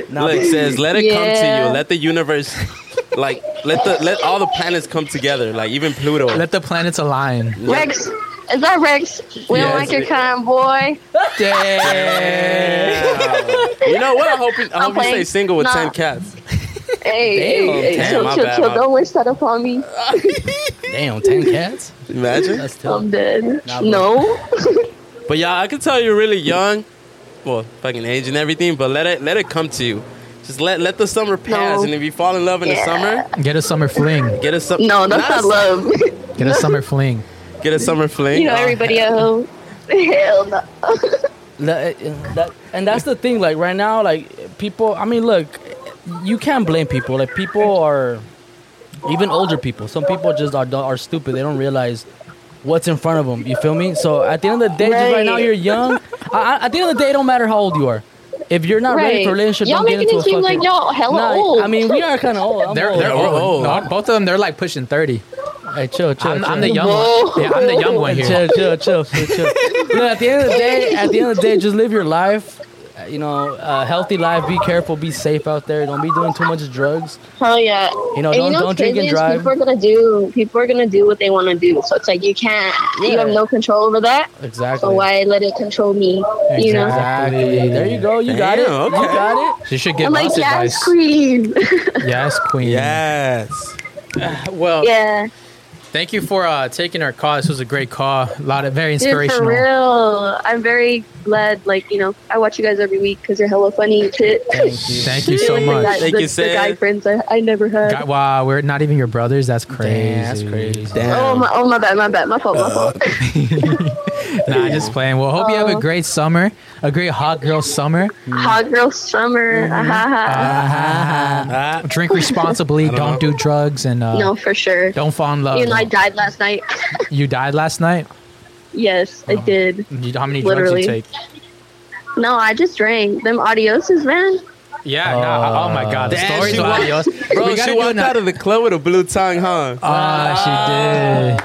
Nah,
Look, says let it come to you.
Yeah.
Let the universe, like let the let all the planets come together. Like even Pluto.
Let the planets align.
Rex, is that Rex? We
Yes.
don't like your kind, boy.
Damn. you know what? I hope you, I hope you
playing.
stay single with
Nah.
ten cats.
Hey,
Damn,
hey, hey,
damn,
chill,
my
chill,
bad,
chill.
my
Don't wish that upon me.
Damn, ten cats.
Imagine.
That's tough.
I'm dead.
Uh, Nah, bro.
no.
But yeah, I can tell you're really young. Well, fucking age and everything. But let it let it come to you. Just let let the summer pass.
No.
And if you fall in love in the
Yeah.
summer,
Get a summer fling.
get a summer.
No, that's not love. *laughs*
Get a summer fling.
Get a summer fling.
you know everybody at home. *laughs* Hell no.
That- that- and that's the thing. Like right now, like people. I mean, look, you can't blame people. Like people are, even older people. Some people just are are stupid. They don't realize what's in front of them. You feel me? So at the end of the day, just right now
Right.
you're young. I, I, at the end of the day, it don't matter how old you are. If you're not ready
Right.
for a relationship,
Y'all
don't get
making
into
it
a
seem
fucking.
like y'all hella
Nah,
old.
I mean, we are kind of old. I'm
They're
old.
they're
We're
old.
old.
No, both of them they're like pushing thirty.
Hey, chill, oh. chill.
I'm,
chill.
I'm the young one. Yeah, I'm the young one here.
Chill, chill, chill, chill, chill. Look, at the end of the day, at the end of the day, just live your life. Uh, You know, uh, healthy life. Be careful. Be safe out there. Don't be doing too much drugs.
Hell yeah.
You know, don't-
and you know
don't
what's
drink and
crazy is
drive.
People are gonna do people are gonna do what they wanna do. So it's like you can't you
Yeah.
have no control over that.
Exactly.
So why let it control me? You know?
Exactly. There you go. You got it.
Damn, okay.
You got
She should get
I'm like,
boss
yes,
advice.
*laughs* queen.
Yes, queen.
Oh, Yes.
it. Well,
yeah.
Thank you for uh, taking our call. This was a great call. A lot of very
Dude, for
inspirational.
real. I'm very glad, like, you know, I watch you guys every week because you're hella funny and shit.
Thank you.
Thank
*laughs*
you so
Like, The guy,
much.
Thank
the,
you,
the guy
Sid.
friends I, I never had.
God, wow, we're not even your brothers. That's crazy.
Damn, that's crazy.
Oh
Damn.
my, oh my bad, my bad, my fault,
Uh,
my fault.
mm.
Nah, just playing. Well, hope you have a
Oh.
great summer, a great hot girl summer.
Hot girl summer.
Mm-hmm.
*laughs* Ah, ha,
Uh-huh.
Ah,
Uh, Drink *laughs* responsibly. don't
know.
do drugs and
ha.
uh,
no, for sure.
don't fall in
uh,
love.
You know, I died last night. *laughs*
You died last night.
yes, I
uh-huh.
did.
You- How many
Literally.
drugs you
No, I just drank them audioses, man.
take? Yeah. nah, oh my God. The
Damn,
stories
she
about
wa-
*laughs* yours.
Bro,
We gotta
she
do
walked
an-
out of the club with a blue tongue, huh?
Ah, she did.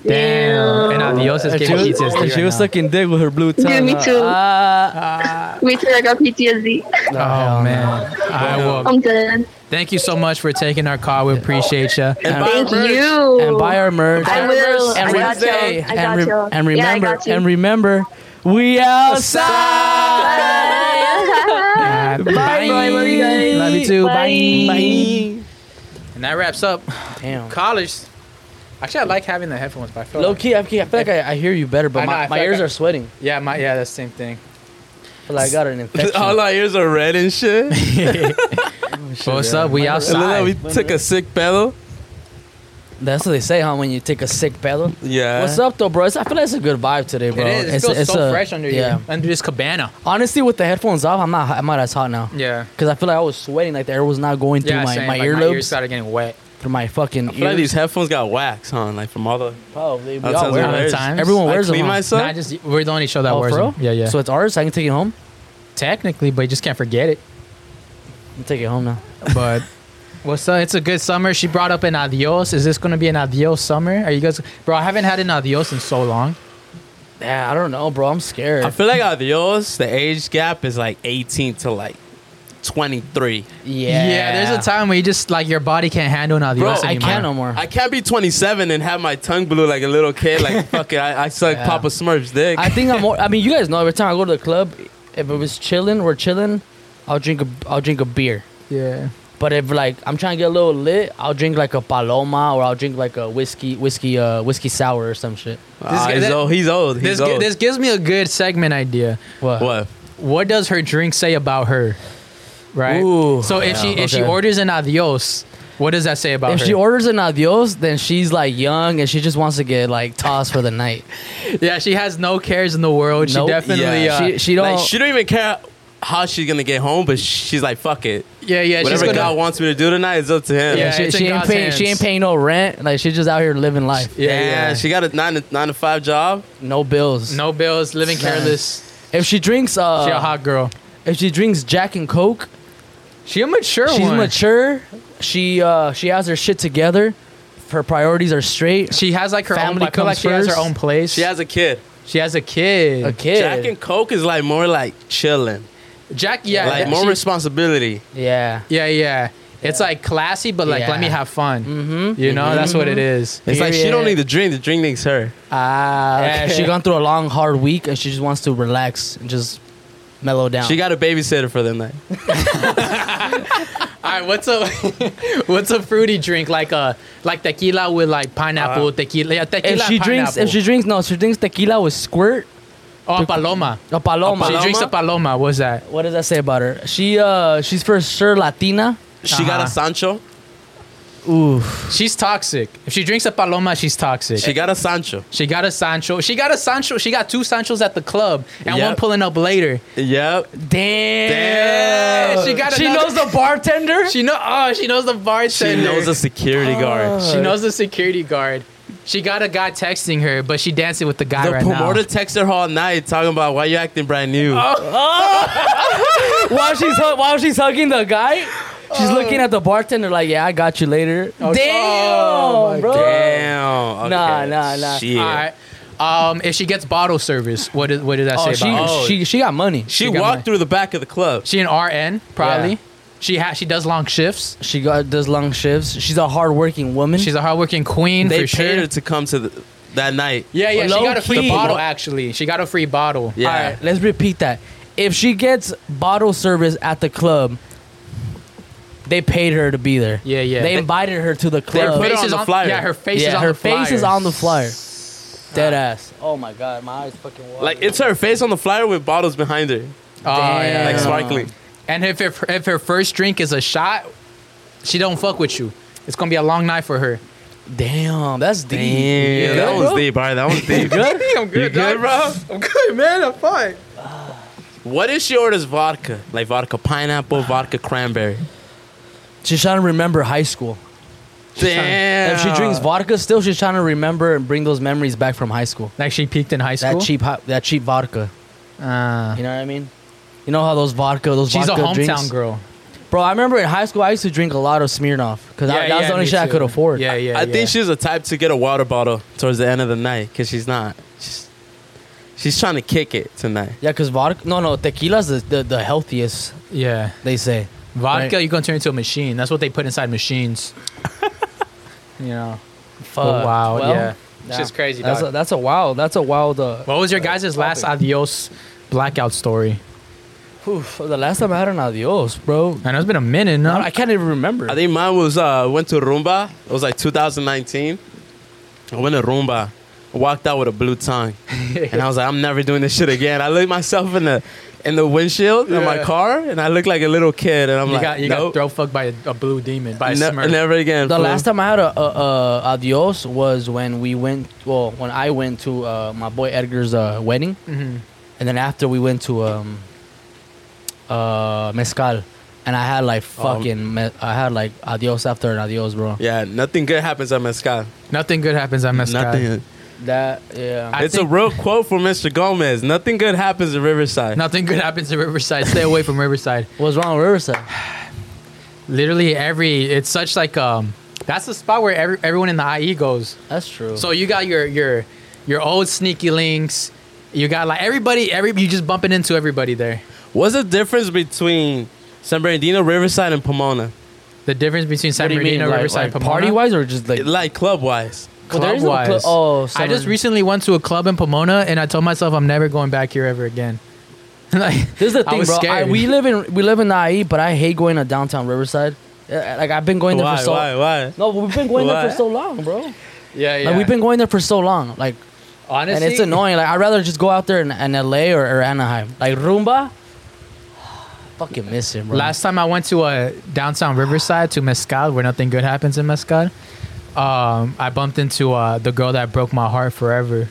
Damn. And adios is giving
She was,
PTSD.
she
right
was
now.
sucking dick with her blue tongue.
me
out.
too.
Uh,
Ah,
Me too, I got PTSD.
Oh man. I will.
I'm done.
Thank you so much for taking our call. We appreciate you.
And buy
Thank
her merch.
you.
and buy our merch.
I will.
And,
I
re-
got you. I got
and,
you.
re- and
Yeah, I
remember,
got you.
and remember, we outside.
*laughs*
Bye.
Love you guys.
Love you too. Bye.
Bye.
And that wraps up
Damn.
college. Actually, I like having the headphones, but I feel
Low
like-
key, I feel I feel like I, I hear you better,
I
but
know, I
my,
feel
my
like
ears
I-
are sweating.
Yeah, my yeah, that's the same thing.
I feel like I got
*laughs*
an infection.
All our ears are red and
*laughs*
shit. And
But what's up? We
then we
outside.
took a sick pedal.
That's what they say, huh? When you take a sick pedal.
Yeah.
What's up, though, bro? It's, I feel like it's a good vibe today, bro.
Uh-huh. It is. It feels
it's
so
a-
fresh under
yeah.
you, under this cabana.
Honestly, with the headphones off, I'm not. I'm not as hot now.
Yeah.
Cause I feel like I was sweating, like the air was not going through
Yeah,
my,
same.
my
Like,
earlobes,
ears started getting wet.
through my fucking
I feel like
ears.
these headphones got wax, huh? Like from all the.
Probably. We
That
all
sounds
wear
like
them.
ours.
Times.
Everyone
I
wears them.
clean
huh?
myself.
Nah, just we're the only show that
Oh,
wears
for real?
them. Yeah, yeah.
So it's ours. I can take it home.
technically, but you just can't forget it.
I'm take it home now.
But *laughs* what's up? It's a good summer. She brought up an adios. Is this going to be an adios summer? Are you guys, bro? I haven't had an adios in so long.
Yeah, I don't know, bro. I'm scared.
I feel like adios. The age gap is like 18 to like 23.
Uh-huh.
yeah.
there's a time where you just like your body can't handle an
Bro,
adios
I
I
anymore.
can't no more.
I can't be 27 and have my tongue blue like a little kid.
*laughs*
Like fuck it, I, I suck
Yeah.
Papa Smurf's dick.
I think I'm. More, I mean, you guys know. Every time I go to the club, if it was chilling, we're chilling. I'll drink a. I'll drink a beer.
Yeah,
But if like I'm trying to get a little lit, I'll drink like a paloma or I'll drink like a whiskey, whiskey, uh, whiskey sour or some shit.
Ah,
guy-
he's,
that-
old. he's old.
this
He's
gi-
old.
this gives me a good segment idea.
What?
what?
What does her drink say about her? Right.
Ooh.
so if she
Yeah,
if she
okay.
orders an adios, what does that say about
If
her?
she orders an adios, then she's like young and she just wants to get like tossed for the night.
yeah, she has no cares in the world.
Nope.
She definitely.
Yeah.
Yeah. Uh,
She she don't.
Like she don't even care how she's gonna get home, but she's like fuck it.
yeah, yeah.
Whatever
she's gonna,
God wants me to do tonight is up to him.
*laughs*
yeah,
Yeah,
she,
it's in
she ain't
God's
paying. She
hands.
ain't paying no rent. Like she's just out here living life.
Yeah,
Yeah, yeah.
she got a nine to, nine to five job.
No bills.
No bills, living
Nice.
careless.
If she drinks, uh,
She a hot girl.
if she drinks Jack and Coke,
She a mature
she's
one.
mature. She uh, she has her shit together. Her priorities are straight.
She has like her own.
Family
I feel like
comes
she has
first.
her own place.
She has a kid.
She has a kid.
a kid.
Jack and Coke is like more like chilling,
Jack. Yeah.
like more
she-
responsibility.
yeah.
Yeah, yeah. It's like classy, but like
Yeah.
let me have fun.
Mm-hmm.
You know, that's what it is.
It's like she don't
Period.
need the drink. The drink needs her.
Ah,
okay.
she gone through a long, hard week, and she just wants to relax and just mellow down.
She got a babysitter for the night.
All right, what's a *laughs* what's a fruity drink like a like tequila with like pineapple tequila? Yeah, tequila.
Uh, if she
and
drinks, if
pineapple.
she drinks, no, if she drinks tequila with squirt.
oh a paloma.
A paloma.
She drinks a paloma. What's that?
What does that say about her? She uh, she's for sure Latina.
She got
Uh-huh.
a Sancho.
Oof.
She's toxic. If she drinks a paloma, she's toxic.
She got a Sancho.
She got a Sancho. She got a Sancho. She got two Sanchos at the club and
Yep.
one pulling up later.
Yep.
Damn.
Damn. She got
She
another-
knows the bartender.
She know. Oh, she knows the
She
bartender.
knows a security guard.
She knows the security guard. She got a guy texting her, but she dancing with the guy
The
right
promoter texted her all night talking about why you acting brand new.
while she's hug- while she's hugging the guy, she's looking at the bartender like, "Yeah, I got you later."
Oh, my
Damn, bro.
Damn. Okay.
Nah, nah, nah.
Shit.
now. All right. Um, if she gets bottle service, what is what does that
Oh,
say about? her?
she, she she got money.
She,
She got
walked
my-
through the back of the club.
She an RN probably.
Yeah.
She ha- she does long shifts.
She got does long shifts. She's a hardworking woman.
She's a hardworking queen
They
for
paid
sure.
her to come to the, that night.
yeah, yeah. She
Low
got a free
key.
bottle actually. She got a free bottle.
Yeah.
All right, let's repeat that. If she gets bottle service at the club, they paid her to be there.
Yeah, yeah.
They invited her to the club.
put it on the flyer.
Yeah, her face is
yeah,
on
her
the flyer.
face is on the flyer. Dead ass. Oh my god, my eyes fucking water.
Like it's her face on the flyer with bottles behind her,
Oh, yeah.
like
Damn.
sparkling.
And if, if if her first drink is a shot, she don't fuck with you. It's gonna be a long night for her.
damn, that's deep.
Damn,
good,
that one's
bro?
deep, all right. That one's
*laughs*
deep.
I'm
You good, bro?
I'm good, man. I'm fine.
What is she orders vodka? Like vodka pineapple,
Ah.
vodka cranberry.
She's trying to remember high school.
Damn.
If she drinks vodka still, she's trying to remember and bring those memories back from high school.
Like she peaked in high school.
That cheap, hot- that cheap vodka.
Ah.
You know what I mean? You know how those vodka, those
she's a
vodka
hometown
drinks?
girl.
Bro, I remember in high school I used to drink a lot of Smirnoff because that was the only
me
shit I
too.
could afford.
Yeah, yeah.
I
yeah.
think she's the type to get a water bottle towards the end of the night because she's not. She's, she's trying to kick it tonight.
yeah, because vodka. No, no, tequila's the, the, the healthiest
Yeah.
they say.
Vodka, you're gonna turn into a machine. That's what they put inside machines. you know.
Fuck.
Oh, wow.
Well,
yeah.
yeah.
Shit's crazy,
That's a,
dog.
that's a wild. That's a wild. Uh,
What was your guys' last adios blackout story?
oof, the last time I had an adios, bro.
I know it's been a minute. No,
I can't even remember.
I think mine was uh went to Roomba. It was like 2019. I went to Roomba. Walked out with a blue
*laughs*
tongue, and I was like, I'm never doing this shit again. I looked myself in the in the windshield in my
Yeah.
car, and I looked like a little kid, and I'm
you
like,
got you got
nope,
throw fucked by a, a blue demon by a
ne-
Smurf.
never again.
the
fool."
last time I had a, a, a adios was when we went. Well, when I went to uh, my boy Edgar's uh, wedding,
Mm-hmm.
and then after we went to um, uh, mezcal, and I had like
Oh.
fucking. me- I had like adios after an adios, bro.
yeah, nothing good happens at Mescal.
Nothing good happens at Mescal.
Nothing.
That yeah.
I
it's a
think-
real quote from Mr. Gomez. Nothing good happens at Riverside.
Nothing good happens at Riverside. Stay away from Riverside.
What's wrong with Riverside?
Literally every it's such like um that's the spot where every, everyone in the IE goes.
That's true.
So you got your your your old sneaky links. You got like everybody every you just bumping into everybody there.
What's the difference between San Bernardino, Riverside, and Pomona?
The difference between San
What do you mean,
Bernardino,
like-
Riverside,
like
Pomona?
party wise or just like
Like club wise.
Well, there is
Club-wise.
no cl- oh,
I
San
just
Bern-
recently went to a club in Pomona, and I told myself I'm never going back here ever again. *laughs* like
This is the
I
thing,
was
bro. I,
scared.
we live in we live in the IE, but I hate going to downtown Riverside. Uh, Like I've been going there
Why,
for so
why, why?
no, but we've been going there
Why?
for so long, bro.
yeah, yeah.
Like we've been going there for so long, like
honestly,
and it's annoying. Like I'd rather just go out there in, in LA or, or Anaheim, like Roomba. *sighs* Fucking miss it, bro.
Last time I went to uh, downtown Riverside to Mescal, where nothing good happens in Mescal, um, I bumped into uh, the girl that broke my heart forever.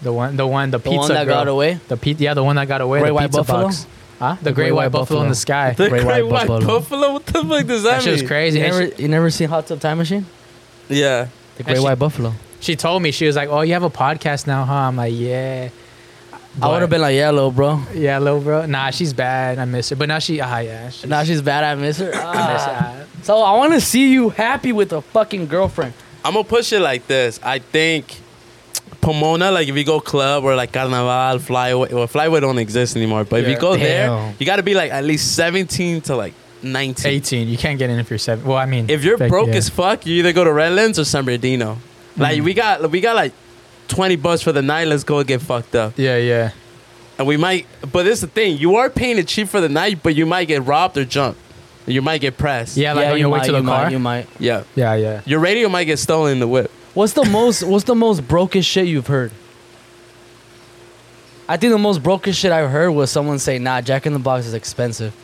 The one, the one, the,
the
pizza
one that
girl.
got away.
The pe- yeah, the one that got away.
Great
the
White
pizza
Buffalo?
box. Huh? The, great, white, buffalo, in the sky.
The
Great
Great, White
White Buffalo.
Buffalo. What the fuck does that,
that shit was
mean?
You
crazy. And
never,
she,
you never seen Hot Tub Time Machine?
Yeah.
The Great
she-
White Buffalo.
she told me she was like, "Oh, you have a podcast now, huh?" I'm like, "Yeah."
I would have been like, yeah, little bro.
Yeah, little bro. Nah, she's bad. I miss her, but now she. Ah, yeah. She's,
Now she's bad. I miss her.
I miss her.
Ah. So I want to see you happy with a fucking girlfriend.
I'm gonna push it like this. I think Pomona, like if you go club or like Carnaval, Flyway, well, Flyway don't exist anymore. But if
Yeah.
you go
Damn.
there, you gotta be like at least 17 to like 19.
18. You can't get in if you're seven. Well, I mean,
If you're
fuck,
broke
yeah.
as fuck, you either go to Redlands or San Bernardino.
Mm.
Like we got, we got like 20 bucks for the night. Let's go get fucked up.
Yeah, yeah.
And we might, but this is the thing. You are paying it cheap for the night, but you might get robbed or jumped. You might get pressed.
Yeah, like on
you
your way
might,
to the
you
car.
Might, you might.
Yeah.
yeah, yeah.
Your radio might get stolen in the whip.
What's the most what's the most brokest shit you've heard? I think the most brokest shit I've heard was someone say, nah, Jack in the Box is expensive.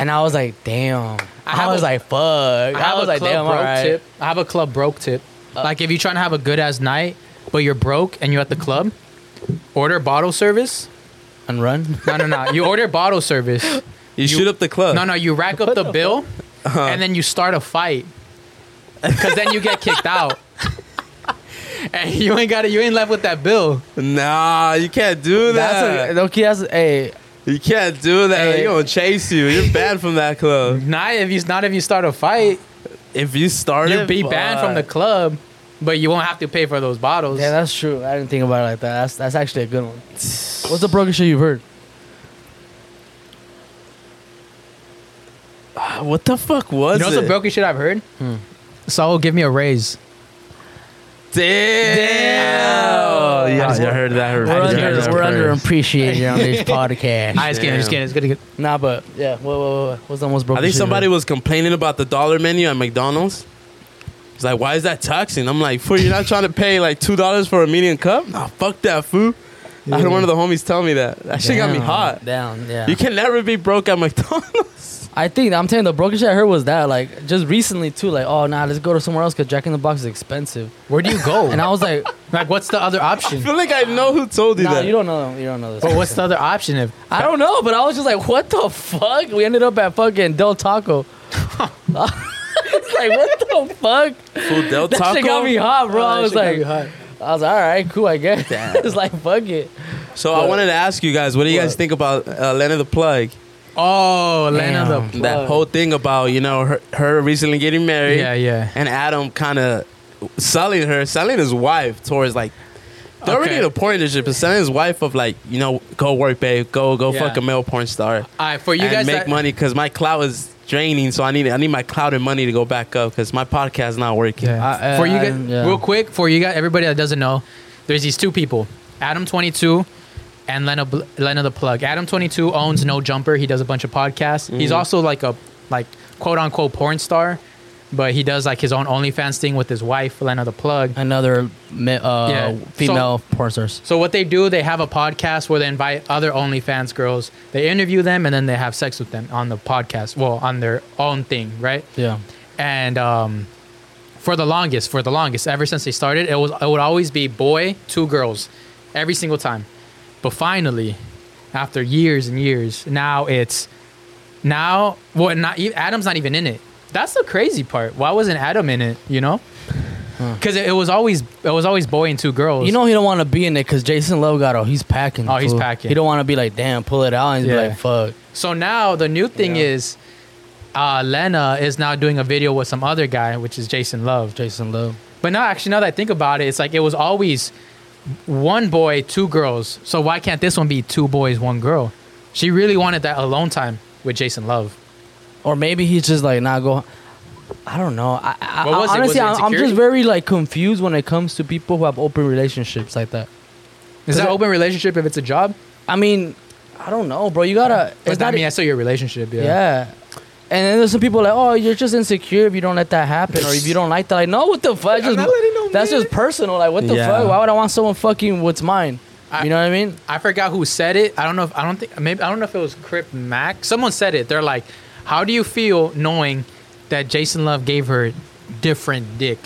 And I was like, damn. I,
have
was
a-
like, fuck. I,
I have
was
a
like,
club
damn, all
broke
right.
tip. I have a club broke tip. like if you're trying to have a good ass night, but you're broke and you're at the club, order bottle service.
And run.
No, no, no. you order bottle service.
You, shoot up the club.
No, no. You rack up the, Uh-huh. bill, and then you start a fight, because then you get kicked *laughs* out, and you ain't got it. You ain't left with that bill.
Nah, you can't do that.
That's a, okay, that's a, hey,
you can't do that.
Hey.
They're gonna chase you. You're banned from that club.
Not if you not if you start a fight,
If you start
you'll
it,
be banned from the
fuck.
club, but you won't have to pay for those bottles.
yeah, that's true. I didn't think about it like that. That's that's actually a good one. What's the brokest shit you've heard?
Ah, What the fuck was
you know what's the
it?
brokest shit I've heard?
Hmm.
Saul, give me a raise.
Damn.
I
I
podcast.
heard that. I heard
We're,
that.
under,
That's
we're
hilarious.
underappreciated on *laughs* this podcast.
I just kidding. Just kidding. It's gonna get.
nah, but yeah, what, what, what, what's the most broken?
I think
shit
somebody
you-
was complaining about the dollar menu at McDonald's. It's like, why is that taxing? I'm like, fool, you're not trying to pay like two dollars for a medium cup? Nah, fuck that, fool. I had one of the homies tell me that. That shit got me
Down,
hot.
Down, yeah.
You can never be broke at McDonald's. *laughs*
I think I'm telling you, the broken shit I heard was that like just recently too. Like, oh nah, let's go to somewhere else because Jack in the Box is expensive.
Where do you go?
And I was like,
like, what's the other
I
option?
feel like I know who told you
nah,
that.
you don't know, you don't know this.
But what's the other option if
I don't know, but I was just like, what the fuck? We ended up at fucking
*laughs*
Del Taco. *laughs* it's like what the fuck?
Fool, Del
*laughs* That shit got me
Taco.
hot,
Oh,
bro. I was like, I
hot.
was like, all right, cool, I guess. *laughs* it's like fuck it.
So I wanted to ask you guys, what do you guys think about uh, Lena the Plug?
Oh, Lana
Damn.
the.
That whole thing about you know her, her recently getting married.
Yeah, yeah.
and Adam kind of selling her, selling his wife towards like they're already
Okay.
in a porn industry, but selling his wife of like you know go work, babe, go go
Yeah.
fuck a male porn star
All right, for you
and
guys.
make
that-
money because my clout is draining, so I need I need my clout and money to go back up because my podcast is not working.
Yeah.
I- I-
for you
I-
guys,
yeah.
real quick, for you guys, everybody that doesn't know, there's these two people, Adam Twenty Two, and Lena Bl- Lena the Plug. Adam Twenty Two owns No Jumper. He does a bunch of podcasts. He's
Mm.
also like a like quote unquote porn star, but he does like his own OnlyFans thing with his wife, Lena the Plug.
Another me- uh,
Yeah,
female porn stars.
So what they do, they have a podcast where they invite other OnlyFans girls. They interview them and then they have sex with them on the podcast. Well, on their own thing, right?
Yeah.
and um, for the longest, for the longest, ever since they started, it was it would always be boy, two girls, every single time. But finally, after years and years, now it's now well, not e- Adam's not even in it. That's the crazy part. Why wasn't Adam in it? You know, because it, it was always it was always boy and two girls.
You know he don't want to be in it because Jason Love got oh he's packing.
Oh, he's
fool.
packing.
He don't want to be like damn pull it out and
Yeah.
be like fuck.
So now the new thing
Yeah.
is. Uh, Lena is now doing a video with some other guy, which is Jason Love.
Jason Love.
But now, actually, now that I think about it, it's like it was always one boy, two girls. So why can't this one be two boys, one girl? She really wanted that alone time with Jason Love.
Or maybe he's just like nah go. I don't know. I, I,
What was it?
I-
Was
honestly,
it
I'm- I'm just
insecurity?
very like confused when it comes to people who have open relationships like that.
Is
Is
that
it-
open relationship if it's a job?
I mean, I don't know, bro. You gotta.
Does
it's
that
not
mean
e-
that's still your relationship? Yeah.
yeah. And then there's some people like, oh, you're just insecure if you don't let that happen, or if you don't like that. Like, no,
*laughs*
what the fuck? Just-
not letting no
that's
man-
just personal. Like, what the
Yeah.
fuck? Why would I want someone fucking what's mine?
I-
you know what I mean?
I forgot who said it. I don't know if I don't think maybe I don't know if it was Crip Mac. Someone said it. They're like, "How do you feel knowing that Jason Love gave her different dick?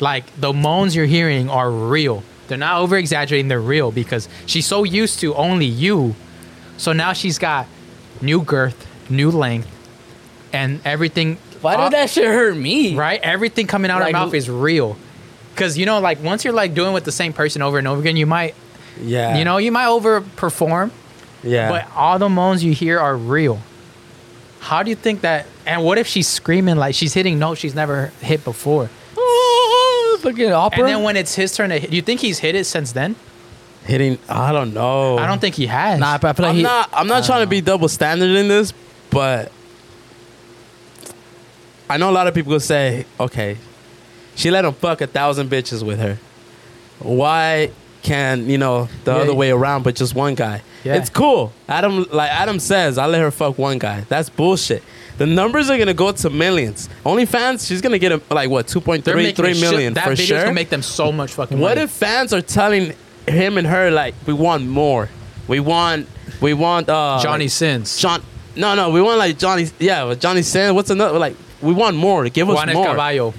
Like the moans you're hearing are real. They're not over exaggerating. They're real because she's so used to only you. So now she's got new girth, new length, and everything.
Why
Uh,
did that shit hurt me?
right? Everything coming out
Like,
of her mouth
who-
is real. Cause you know, like once you're like doing with the same person over and over again, you might,
Yeah,
you know, you might overperform.
yeah.
But all the moans you hear are real. How do you think that? And what if she's screaming like she's hitting notes she's never hit before?
Oh,
Fucking opera.
And then when it's his turn to hit, you think he's hit it since then?
Hitting, I don't know.
I don't think he has.
nah, but I feel like
I'm
he,
not. I'm not trying to be double standard in this, but I know a lot of people will say, "Okay, she let him fuck a thousand bitches with her. Why can you know the
Yeah,
other
you-
way around, but just one guy?
Yeah.
It's cool. Adam, like Adam says, I let her fuck one guy. That's bullshit. The numbers are gonna go to millions. OnlyFans, she's gonna get a, like what 2.3,
They're making
3
shit-
million
That
for
video's
sure.
gonna make them so much fucking.
What
money.
if fans are telling him and her like we want more? We want we want uh
Johnny
like,
Sins?
John No, no, we want like Johnny yeah, but Johnny Sins, what's another like we want more. Give us
Juanes
more.
Caballo.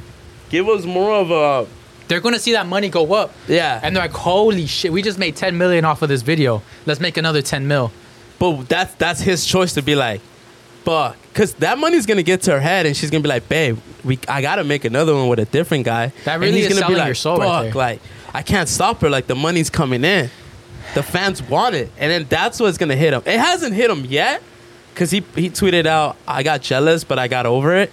Give us more of a
They're gonna see that money go up,
yeah.
and they're like, "Holy shit, we just made 10 million off of this video. Let's make another 10 mil."
but that's that's his choice to be like fuck cuz that money's going to get to her head and she's going to be like, "Babe, we I got to make another one with a different guy."
That
And
really
he's
is
gonna be
selling
like,
your soul
Fuck,
right there.
like I can't stop her like the money's coming in. The fans want it, and then that's what's gonna hit him. It hasn't hit him yet, cause he he tweeted out, "I got jealous, but I got over it."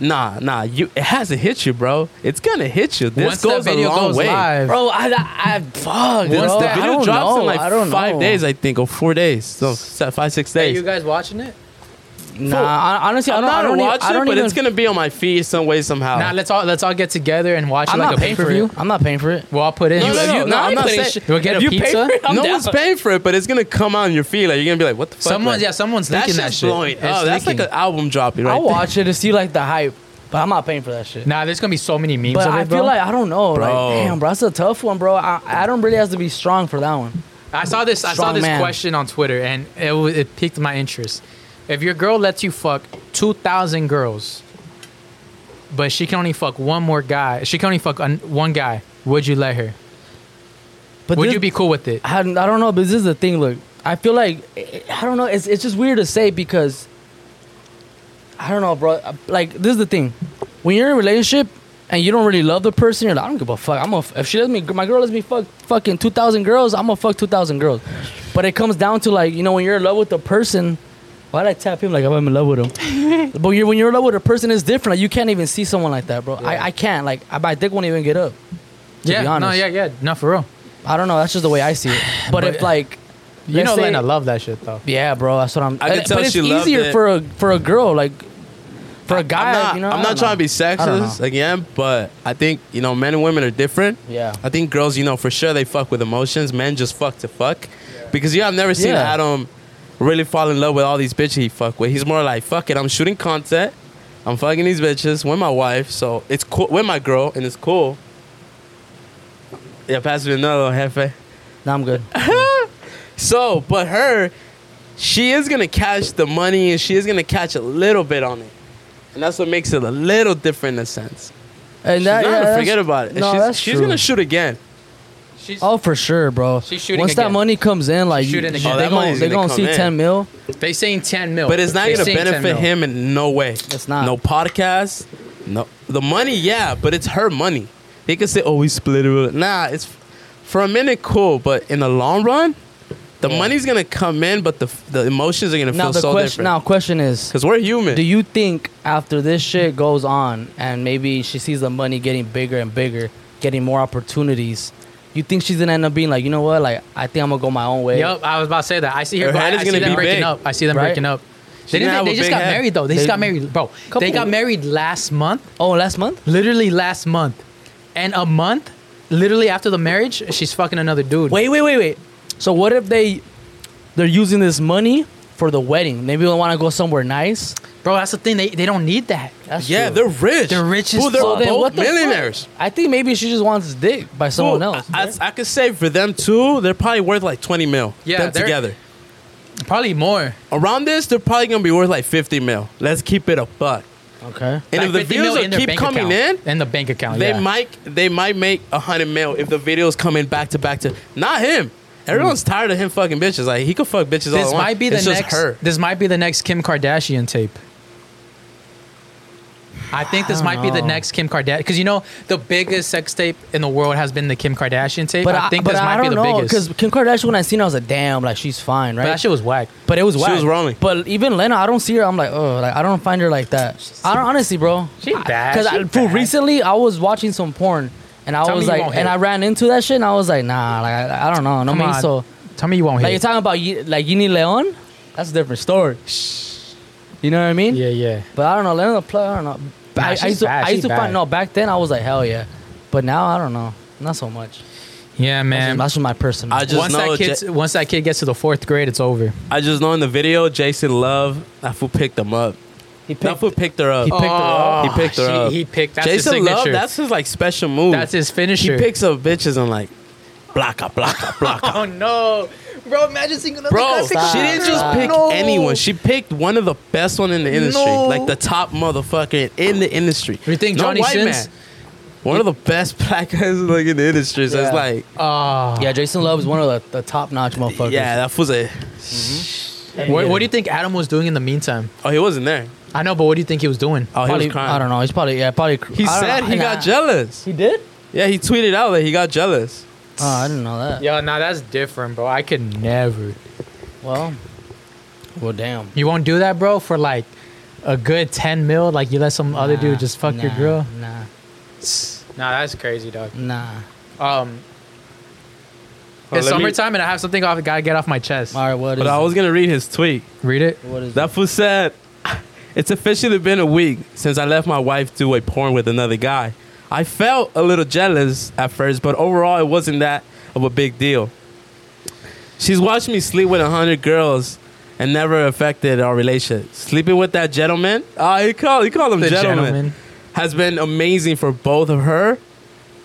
Nah, nah, you it hasn't hit you, bro. It's gonna hit you. This
that
goes a long way.
bro, I, I, I fuck.
Once
bro.
the
I don't
video drops
know.
in like
I don't
five
know.
days, I think, or four days, so se- five six
hey,
days.
you guys watching it?
Nah, I, honestly, I
I'm
don't, I
not
don't
gonna
even-
watch
I
it,
don't
but
even,
it's gonna be on my feed some way somehow.
Nah, let's all let's all get together and watch
I'm
like
not
a
paying
pay
for
per
you.
view.
I'm not paying for it.
Well, I'll put in.
No,
You-
no,
you-
no,
no,
I'm
I'm
not
putting
saying-
shit. We'll get
if
a
you
pizza.
Pay for it,
I'm
no
down.
one's paying for it, but it's gonna come on your feed. Like you're gonna be like, what the fuck?
Someone,
like,
yeah, someone's
that
leaking
shit's
that shit.
blowing.
It's
Oh, that's like
leaking.
an album dropping. Right
I'll
there.
watch it to see like the hype, but I'm not paying for that shit.
Nah, there's gonna be so many memes
But
of it,
I feel
bro.
like I don't know.
Bro.
Like, damn, bro, that's a tough one, bro. I, I don't really have to be strong for that one.
I saw this. I saw
Strong
this
man.
question on Twitter, and it wa- it piqued my interest. If your girl lets you fuck two thousand girls, but she can only fuck one more guy, she can only fuck un- one guy. Would you let her?
But
would
this-
you be cool with
*laughs*
it?
I, I don't know, but this is the thing. Look, I feel like I don't know. It's it's just weird to say because I don't know, bro. Like this is the thing. When you're in a relationship and you don't really love the person, you're like, I don't give a fuck. I'm gonna f- if she lets me, my girl lets me fuck fucking two thousand girls. I'm gonna fuck two thousand girls. But it comes down to like you know when you're in love with the person. Why'd I tap him like I'm in love with him? but you're, when you're in love with a person, it's different. Like, you can't even see someone like that, bro. I, I can't. Like I, my dick won't even get up. To
yeah,
be honest.
no, yeah, yeah, no, for real.
I don't know. That's just the way I see it. But,
But-
if like,
You
let's
know,
say-
Lena love that shit though.
yeah, bro. That's what I'm.
I could
uh,
tell
but it's
she loved
easier
it.
for a for a girl, like for a guy.
I'm not,
you know,
I'm
I
not
don't
trying to be
know. I don't know.
sexist again, but I think you know men and women are different.
Yeah.
I think girls, you know, for sure they fuck with emotions. Men just fuck to fuck, because you know, I've never seen
Yeah.
Adam really fall in love with all these bitches he fuck with. He's more like fuck it, I'm shooting content, I'm fucking these bitches with my wife, so it's cool with my girl and it's cool. Yeah, pass me another one, jefe.
No, I'm good.
So, but her, she is gonna catch the money and she is gonna catch a little bit on it. And that's what makes it a little different in a sense.
And
She's not
that, yeah,
gonna
that's-
forget about it. And
No,
she's
that's
she's
true.
gonna shoot again.
She's,
Oh, for sure, bro.
She's shooting
Once that
again.
money comes in, like
She's
you,
shooting
they
again.
Oh, that
gonna
money's
they
gonna
gonna
come
see
in.
ten mil.
they saying ten mil,
But it's not
Oh, They
gonna
saying 10
benefit
mil.
him in no way.
It's not.
No podcast. No the money, yeah, but it's her money. They could say, Oh, we split it. Nah, it's for a minute cool, but in the long run, the money's gonna come in, but the the emotions are gonna
Now
feel
the
so
question. Now
different. *laughs*
question is,
Because we're human.
do you think after this shit goes on and maybe she sees the money getting bigger and bigger, getting more opportunities, you think she's gonna end up being like, you know what? Like I think I'm gonna go my own way.
Yup, I was about to say that. I see her.
Her
but I,
head is
I see
gonna
them
be
breaking
big.
up. I see them
Right?
breaking up. They,
gonna
didn't,
have
they
a
just
big
got
head.
married though. They,
They-
just got married, bro. They
Couple-
got married last month,
Oh, last month.
literally last month, and a month, literally after the marriage, she's fucking another dude.
Wait, wait, wait, wait. So what if they they're using this money for the wedding? Maybe they want to go somewhere nice.
bro, that's the thing. They they don't need that.
That's
yeah,
true.
they're rich.
They're rich as
Fool, they're
fuck.
Then
both
what the fuck?
millionaires.
I think maybe she just wants dick by someone
Fool,
else.
I, I, I could say for them too, they're probably worth like 20 mil.
Yeah,
them
they're-
together.
Probably more.
Around this, they're probably gonna be worth like 50 mil. Let's keep it a buck.
okay.
And
Like
if the
50 mil
views
in
will
their
keep
bank
coming
account. in the bank
in,
account,
they
Oh, yeah.
might they might make a hundred mil if the videos come in back to back to not him. Everyone's tired of him fucking bitches. Like he could fuck bitches all
This
at once.
might be the
it's
next.
Just her.
This might be the next Kim Kardashian tape. I think this
I don't
might be the
know.
next Kim Kardashian because you know the biggest sex tape in the world has been the Kim Kardashian tape.
But
I, think this
but
might
I
be
don't
the
know
biggest.
because Kim Kardashian when I seen her, I was like, damn, like she's fine,
But
right?
that shit was whack.
But it was whack.
was rolling.
But even Lena, I don't see her. I'm like, oh, like I don't find her like that. I don't honestly, bro.
She bad,
Because
she
I, fool,
bad.
recently I was watching some porn, and I
Tell me
was
you
like,
won't
and
hate.
I ran into that shit, and I was like, nah, like I, I don't know, no
Come
man.
on.
So
Tell me you won't
like
hate.
you're talking about Ye- like Yini Leon, that's a different story. You know what I mean?
yeah, yeah.
But I don't know, Lena the play, I don't know.
Nah,
I, I
she's
used to,
bad,
I used
she's
to
bad.
find no back then. I was like, hell yeah, but now I don't know, not so much.
Yeah, man.
that's just my personal.
I just
once
know
that kid,
Ja-
once that kid gets to the fourth grade, it's over.
I just know in the video, Jason Love, that fool picked him up.
he picked,
That fool picked her up.
he picked her up.
He picked her
she-
up.
he picked- Oh, that's his
Jason Love.
signature.
That's his like special move.
That's his finisher.
He picks up bitches and like, blocka, blocka, blocka.
Oh no, bro! Imagine seeing another
Bro,
Stop.
she didn't just
Stop.
pick anyone. She picked one of the best one in the industry,
No.
like the top motherfucker in the industry.
You think
No
Johnny
white
Sins?
man. One of the best *laughs* black guys like in the industry. So
Yeah.
it's like,
Ah.
Yeah, Jason Love is one of the, the top notch motherfuckers.
yeah, that was a.
What, what do you think Adam was doing in the meantime?
Oh, he wasn't there.
I know, but what do you think he was doing?
Oh, he
Probably,
was crying.
I don't know. He's probably yeah, probably. cr-
He
I don't
said
know.
he
Nah.
got jealous.
He did?
Yeah, he tweeted out that he got jealous.
Oh, I didn't know that.
Yo, nah, that's different, bro. I could never.
Well, well, damn.
You won't do that, bro, for like a good ten mil. Like you let some other
Nah,
dude just fuck your
nah,
girl.
Nah,
Nah, that's crazy, dog.
nah.
Um,
Oh,
it's
let me-
summertime, and I have something I gotta get off my chest.
All right, what is?
But I was
it?
gonna read his tweet.
Read it.
What is?
That fool said, It's officially been a week since I left my wife to a porn with another guy. I felt a little jealous at first, but overall, it wasn't that of a big deal. She's watched me sleep with a hundred girls and never affected our relationship. Sleeping with that gentleman, uh, he called he called him
The
gentleman,
gentleman.
has been amazing for both of her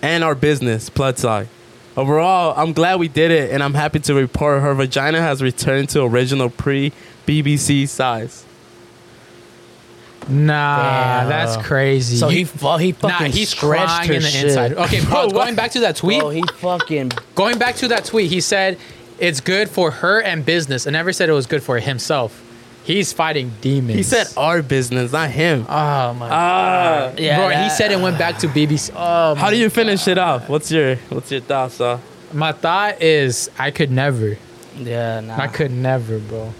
and our business, Pludside. Overall, I'm glad we did it, and I'm happy to report her vagina has returned to original pre BBC size.
Nah,
Damn.
that's crazy.
So
You-
he fu- he
nah,
fucking
he's
scratched
crying
her
in the
shit.
inside. *laughs* Okay, bro,
Bro, what?
going back to that tweet.
Bro, he fucking
Going back to that tweet, he said it's good for her and business. I never said it was good for himself. He's fighting demons.
He said our business, not him.
"Oh my."
Ah,
"Oh, uh, yeah.
bro, he
that- uh,
said it went back to BBC. Oh,
how do you finish it off? What's your What's your thoughts, uh?
my thought is, I could never.
yeah. Nah.
I could never, bro.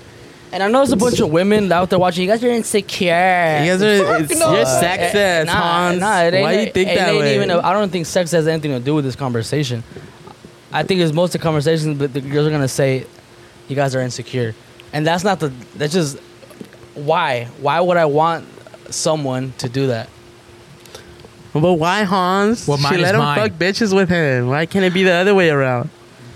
And I know there's a bunch of women out there watching. You guys are insecure.
You guys are it's,
no. Eh,
you're sexist,
nah,
Hans.
Nah, it ain't,
Why you think
it
that
ain't
way?
Even a, I don't think sex has anything to do with this conversation. I think it's most of the conversations, but the girls are gonna say, "You guys are insecure," and that's not the. That's just why. Why would I want someone to do that?
but why Hans?
Well, mine
she
is
let him
mine.
fuck bitches with him. Why can't it be the other way around?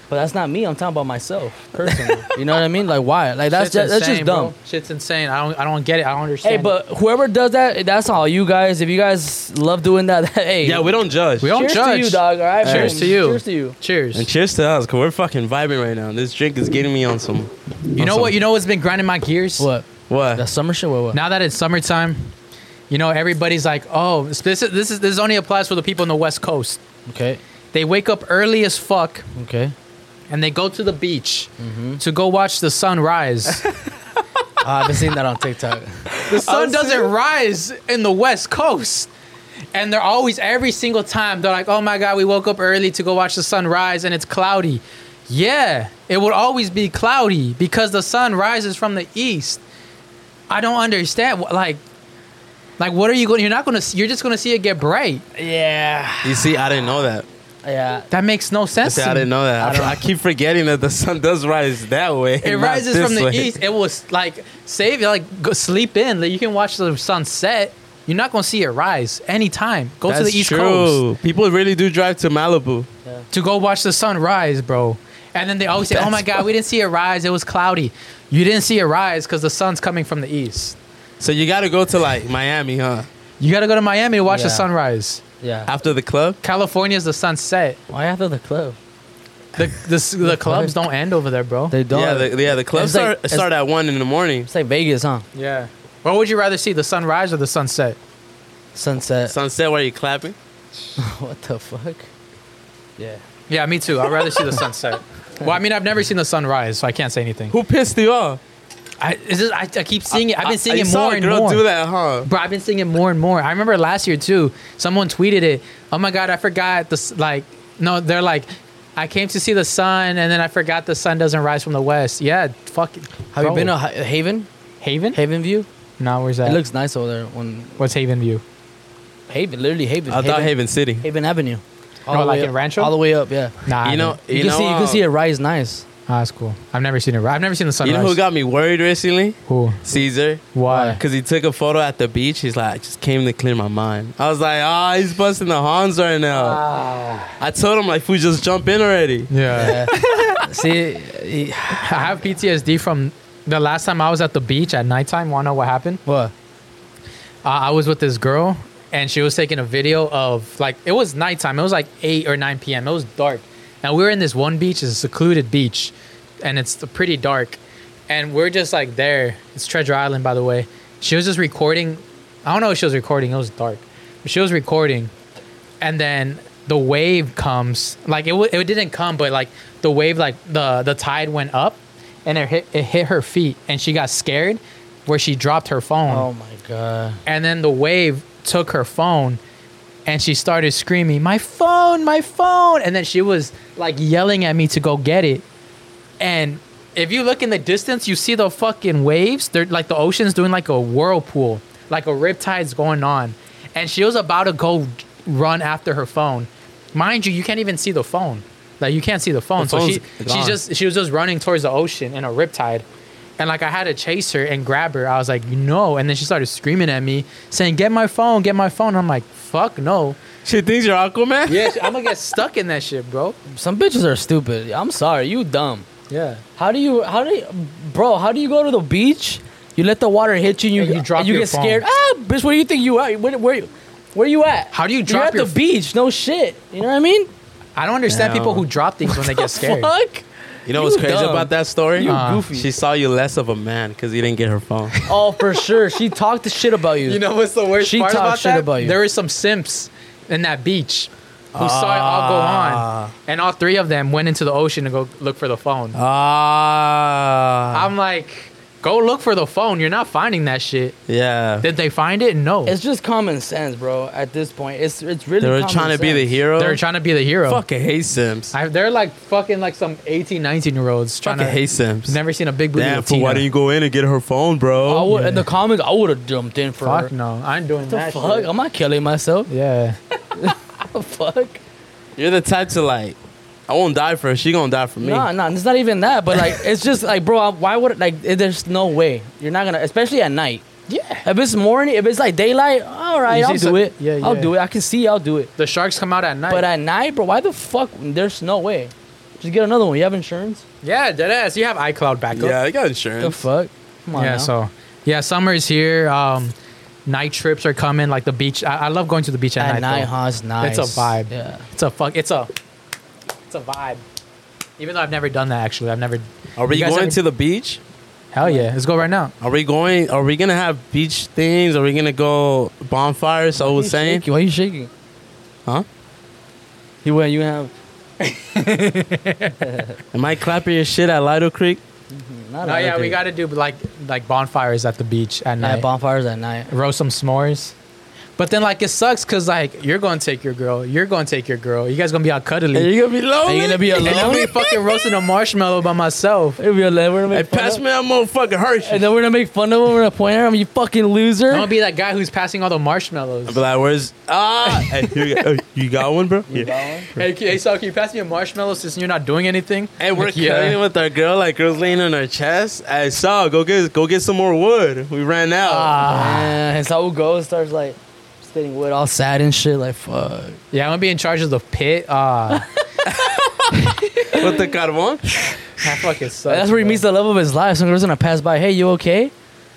But that's not me. I'm talking about myself
*laughs*
personally. you know what I mean? Like why? Like that's
Shit's
just, that's just
insane, bro.
dumb.
Shit's insane. I don't. I don't get it. I don't understand.
Hey,
it.
but whoever does that, that's all you guys. If you guys love doing that, *laughs* hey,
Yeah, we don't judge.
We don't
cheers
judge.
to you, dog. All right,
Cheers
boom.
to you.
Cheers to you.
Cheers.
and cheers to us, cause we're fucking vibing right now. This drink is getting me on some.
You know what? You know what's been grinding my gears?
What?
what?
That summer shit? What? what?
Now that it's summertime, you know everybody's like, "Oh, this this is this, is, this only applies for the people in the West Coast."
Okay.
They wake up early as fuck
Okay. *laughs*
and they go to the beach to go watch the sun rise.
Uh, I've been seeing that on TikTok. Oh,
the sun doesn't rise in the West Coast. And they're always every single time they're like, "Oh my god, we woke up early to go watch the sun rise and it's cloudy." Yeah, it will always be cloudy because the sun rises from the east. I don't understand wh- like like what are you going you're not going to you're just going to see it get bright.
yeah.
you see, I didn't know that.
Yeah.
That makes no sense.
See, I
to me.
didn't know that. I, I keep forgetting that the sun does rise that way.
It
not
rises
this
from the
way.
east. It was like save like go sleep in. Like you can watch the sun set. You're not gonna see it rise anytime. Go
That's
to the east
true.
coast
People really do drive to Malibu.
to go watch the sun rise, bro. And then they always say, "Oh my God, we didn't see it rise. It was cloudy. You didn't see it rise because the sun's coming from the east.
So you got to go to like Miami, huh?
You gotta go to Miami to watch the
Yeah.
sunrise.
Yeah.
After the club.
California's the sunset.
Why after the club?
The the, s-
*laughs*
the clubs don't end over there, bro.
They don't.
Yeah, the, yeah. The clubs
It's like-
start,
it's-
start at one in the morning.
it's like Vegas, huh?
Yeah. What would you rather see, the sunrise or the sunset?
Sunset.
Sunset, where you clapping?
*laughs* what the fuck? Yeah.
Yeah, me too. I'd rather see the sunset. Well, I mean, I've never seen the sunrise, so I can't say anything.
Who pissed you off?
I, it's just, I, I keep seeing it. I've been seeing
I,
it
you
more
saw a
and
girl
more.
do that, huh?
Bro, I've been seeing it more and more. I remember last year too. Someone tweeted it. Oh my god, I forgot the s- like. No, they're like, I came to see the sun, and then I forgot the sun doesn't rise from the west. Yeah, fuck. it.
Have
Bro.
you been to Ha- Haven?
Haven?
Haven View?
no, where's that?
It looks nice over there. When
What's Haven View?
Haven, literally Haven.
I thought Haven City.
Haven Avenue.
Oh,
the
like
way
in
up-
Rancho?
All the way up, yeah.
Nah,
You know,
You,
you,
can
know,
see, you
uh,
can see it rise nice.
ah, that's cool. I've never seen it. ri- I've never seen the sunrise.
You know who got me worried recently?
Who?
Caesar.
Why?
Because he took a photo at the beach. He's like, I just came to clear my mind. I was like, ah, he's busting the Hans right now.
Ah.
I told him, like, fool, just jump in already.
Yeah.
see, eh,
*laughs* I have PTSD from the last time I was at the beach at nighttime. Wanna know what happened?
what?
uh, I was with this girl and she was taking a video of like it was nighttime. It was like eight or nine p.m. It was dark, and we were in this one beach. It's a secluded beach, and it's pretty dark. And we're just like there. It's Treasure Island, by the way. She was just recording. I don't know if she was recording. It was dark. But she was recording, and then the wave comes. Like it, w- it didn't come, but like the wave, like the the tide went up, and it hit it hit her feet, and she got scared, where she dropped her phone
Oh my god.
and then the wave took her phone and she started screaming my phone my phone and then she was like yelling at me to go get it and if you look in the distance you see the fucking waves they're like the ocean's doing like a whirlpool like a riptide's going on and she was about to go run after her phone mind you you can't even see the phone like you can't see the phone so she
phone's
she
gone.
just she was just running towards the ocean in a riptide And like I had to chase her and grab her. I was like, no. And then she started screaming at me, saying, "Get my phone, get my phone." I'm like, fuck no.
She thinks you're Aquaman.
*laughs* Yeah, I'm gonna get stuck in that shit, bro.
Some bitches are stupid. I'm sorry, you dumb.
Yeah.
How do you? How do you, bro? How do you go to the beach? You let the water hit you. You,
And you drop
and you
your
get
phone.
scared. Ah, bitch, where do you think you are? Where, where, where you at?
How do you
You're
drop
at
your
the
f-
beach. No shit. You know what I mean?
I don't understand
Yeah.
people who drop things when they *laughs* get scared.
Fuck.
You know what's
You
crazy
dumb.
about that story?
You
Uh,
goofy.
She saw you less of a man because you didn't get her
*laughs*
phone. Ah.
oh, for sure. She talked the shit about you.
You know what's the worst
She
part
talked
about
shit
that?
about you.
There were some simps in that beach who saw it all go on, and all three of them went into the ocean to go look for the phone.
Ah.
I'm like, go look for the phone. You're not finding that shit.
yeah.
Did they find it? No.
It's just common sense, bro. At this point, it's it's really.
They were
common
trying to be the
sense.
hero.
They're trying to be the hero.
fucking hate Sims.
I, they're like fucking like some 18, 19 year olds trying
fucking
to.
hate Sims.
Never seen a big booty.
Damn,
Latina.
fool, why didn't you go in and get her phone, bro?
I would,
Yeah.
In the comments, I would have jumped in for
Fuck
her.
no, I ain't doing
The
that.
fuck?
shit.
I'm not killing myself.
Yeah.
fuck.
You're the type to like, I won't die for her. She gonna die for me.
No, no, it's not even that. But like, it's just like, bro, I- why would like? it- There's no way you're not gonna, especially at night.
*laughs* Yeah.
If it's morning, if it's like daylight, all right,
You
I'll
see
do
some-
it.
yeah,
I'll
yeah.
do it. I can see, I'll do it.
The sharks come out at night.
But at night, bro, why the fuck? There's no way. Just get another one. You have insurance?
yeah, dead ass. You have iCloud backup.
Yeah, I got
The
insurance.
fuck? Come on.
yeah
now.
so yeah summer's here um night trips are coming like the beach i, I love going to the beach at,
at night,
though.
huh? It's nice.
it's a vibe
Yeah.
it's a fuck it's a it's a vibe even though i've never done that actually i've never
Are we
You guys
going
ever-
to the beach?
hell yeah let's go right now
Are we going? Are we gonna have beach things? Are we gonna go bonfires? I was saying,
Shaking. Why you shaking?
huh?
He went. You have
Am I clapping your shit at Lido Creek?
not.
no
a
Oh, yeah
hurricane.
we gotta do like like bonfires at the beach at
yeah,
night
bonfires at night.
roast some s'mores but then like it sucks because like you're gonna take your girl you're gonna take your girl you guys gonna be all cuddly
Are you gonna be lonely?
Are you gonna be
and i'm
*laughs*
alone?
gonna be fucking roasting a marshmallow by myself
It'll be alone. We're gonna
Hey,
make fun
pass
of-
me that motherfucking Hershey.
And then we're gonna make fun of him. We're gonna point at him. You fucking loser.
i'm gonna be that guy who's passing all the marshmallows
I'll be like, where's ah? *laughs* hey, here you, go. Oh, you got one, bro? Yeah.
Hey, K- hey, Sal, can you pass me a marshmallow since you're not doing anything?
Hey, *laughs* we're
Like, *laughs* yeah.
cuddling with our girl, like girls laying on our chest. Hey, Saul, go get go get some more wood. We ran out.
Ah, and so we go and starts like just getting wood all sad and shit. Like fuck.
Yeah, I'm gonna be in charge of the pit.
*laughs*
Ah,
with the carbon.
that fucking sucks.
That's where he
bro.
meets the love of his life. Some girl's gonna pass by. Hey, you okay?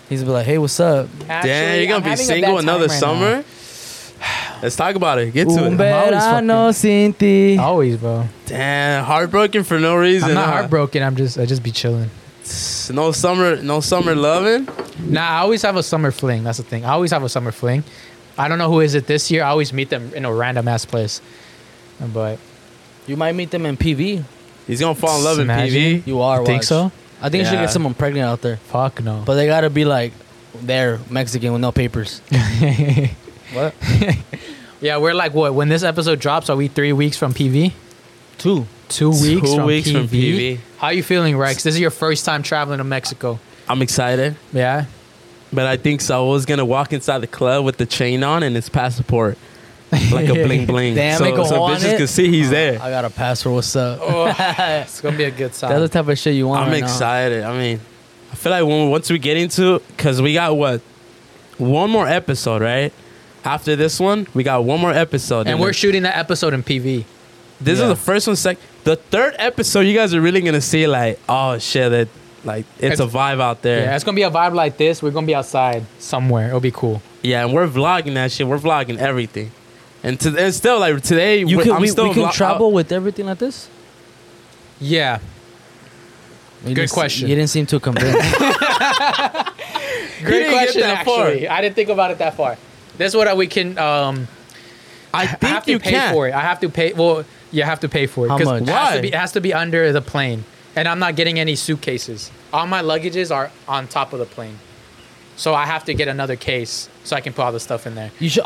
He's gonna be like, Hey, what's up?
Actually,
Damn, you're
I'm
gonna be
having a
single
bad
another
time right
summer. *sighs* Let's talk about it. Get to
Un
it.
verano sin ti.
now. Always, bro.
Damn, heartbroken for no reason.
I'm not
huh?
heartbroken. I'm just, I just be chilling.
No summer, no summer loving.
Nah, I always have a summer fling. That's the thing. I always have a summer fling. I don't know who is it this year. I always meet them in a random ass place. But
You might meet them in PV.
He's gonna fall in love in
Imagine.
PV.
You are.
You think
watch.
so?
I think you should
Yeah.
get someone pregnant out there,
fuck no. *laughs*
but they gotta be like, they're Mexican with no papers. *laughs* what?
yeah, we're like what? When this episode drops, are we three weeks from PV?
Two.
Two weeks.
Two
from
weeks
PV?
from PV.
How you feeling, Rex? This is your first time traveling to Mexico.
I'm excited,
Yeah.
but I think Saul was gonna walk inside the club with the chain on and his passport,
*laughs*
like a bling bling.
Damn,
so,
it go
so
on
bitches
it.
can see
Oh,
he's there.
I got a password. What's up?
Oh.
*laughs* It's gonna be a good
That's the
time.
type of shit you want.
I'm
right now.
excited. I mean, I feel like when once we get into, cause we got what, one more episode, right? After this one, we got one more episode,
And we're
th-
shooting that episode in PV.
this
yeah.
is the first one. Sec, the third episode, you guys are really gonna see like, oh shit, that like it's, a
It's-
vibe out
Yeah.
there.
it's gonna be a vibe like this. We're gonna be outside somewhere. It'll be cool.
Yeah, and we're vlogging that shit. We're vlogging everything. And, to, and still, like today,
You
we-
can,
I'm
we,
still
we can
vlog- uh,
travel with everything like this.
Yeah.
You
Good
didn't se-
question.
you didn't seem *laughs* too convinced.
didn't
Great
get
question.
that far.
Actually, I didn't think about it that far. That's what I, we can. Um,
I
I
think
have
you
to pay
can.
for it. I have to pay. Well, you have to pay for it.
How
'cause
much?
It has,
Why?
to be, it has to be under the plane, and I'm not getting any suitcases. All my luggages are on top of the plane, so I have to get another case so I can put all the stuff in there.
you should.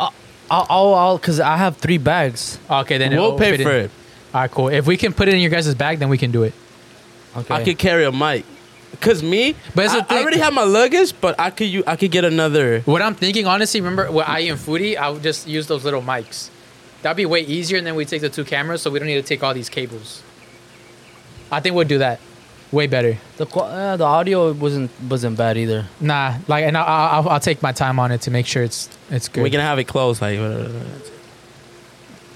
I'll, I'll, I'll, cause I have three bags.
Okay, then
We'll
it'll
pay
fit in.
for it.
All right, cool. If we can put it in your guys' bag, then we can do it.
Okay.
I could carry a mic. Cause me,
But it's
I,
the thing-
I already have my luggage, but I could you I could get another.
What I'm thinking, honestly, remember what I am foodie, I would just use those little mics. That'd be way easier, and then we take the two cameras, so we don't need to take all these cables. I think we'll do that. way better.
The qu- uh, the audio wasn't wasn't bad either.
Nah, like, and I, I, I'll, I'll take my time on it to make sure it's it's good.
We can have it closed, like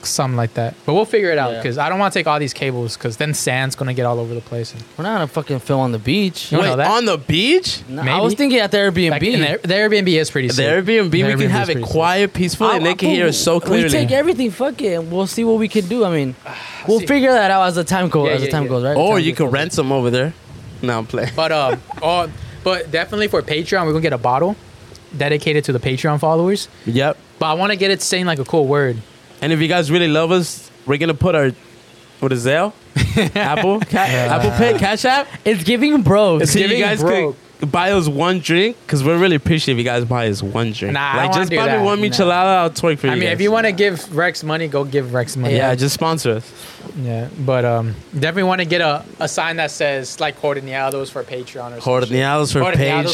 something like that. But we'll figure it out
Yeah.
because I don't want to take all these cables because then sand's gonna get all over the place. And,
We're not gonna fucking film on the beach.
You
wait
know that?
on the beach.
No, I
Maybe.
was thinking at the Airbnb.
like, and the, the Airbnb is pretty.
The
Sick. The
Airbnb, we
Airbnb
can
is
have it
pretty sick.
quiet, peaceful, and they can hear us so
We take
clearly.
everything. Fuck it. and We'll see what we can do. I mean, we'll
Ah, see.
figure that out as the time goes.
Yeah,
as the
yeah,
time
yeah.
goes, right?
Or
Time
you
goes
could
over.
rent some over there. No, I'm playing.
But
*laughs*
um, oh, but definitely for Patreon, we're gonna get a bottle dedicated to the Patreon followers.
Yep.
But I want to get it saying like a cool word.
And if you guys really love us, we're gonna put our what
*laughs*
is Zelle, Apple, Ca- Apple Pay, Cash App.
It's giving bro.
So you
giving
guys
broke.
could buy us one drink because we're really appreciative. If you guys buy us one drink,
Nah, I
like
don't wanna
just
do
buy
that.
me one
Nah.
michelada. I'll twerk for you.
I mean,
guys.
if you want to give Rex money, go give Rex money.
yeah, just sponsor us.
yeah. But um, definitely want to get a, a sign that says like Coordinados for Patreon or something.
Horneados for Patreon.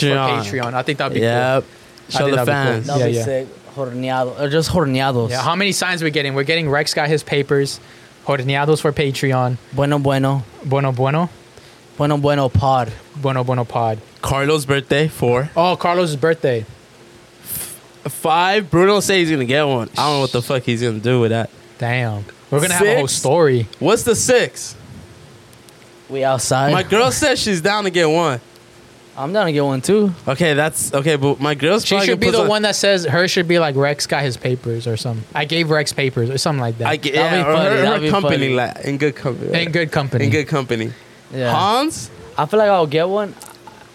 for Patreon. I think that'd be
Yep.
I
Show
think that'd be
the
cool. That'd
fans.
That'll
Yeah, yeah.
be sick. Horneado, or just horneados.
cool. Yeah. How many signs we getting? We're getting Rex got his papers. Coordinados for Patreon.
bueno, bueno,
Bueno, bueno,
bueno, bueno. Pod.
bueno, bueno. Pod.
Carlos' birthday four,
Oh, Carlos' birthday.
five. Bruno says he's gonna get one. I don't know what the fuck he's gonna do with that.
Damn. We're gonna have a whole
Six?
story.
What's the six?
We outside.
*laughs*
My girl says she's down to get one.
I'm down to get one too.
Okay, that's okay, but my girl's
She
probably
should
gonna
be
put
the
some-
one that says her should be like Rex got his papers or something. I gave Rex papers or something like that.
I get
That'd
yeah,
be
or
funny,
her,
that'd
her
be
company,
funny.
like in good company,
in good company.
in good company.
Yeah.
Hans,
I feel like I'll get one.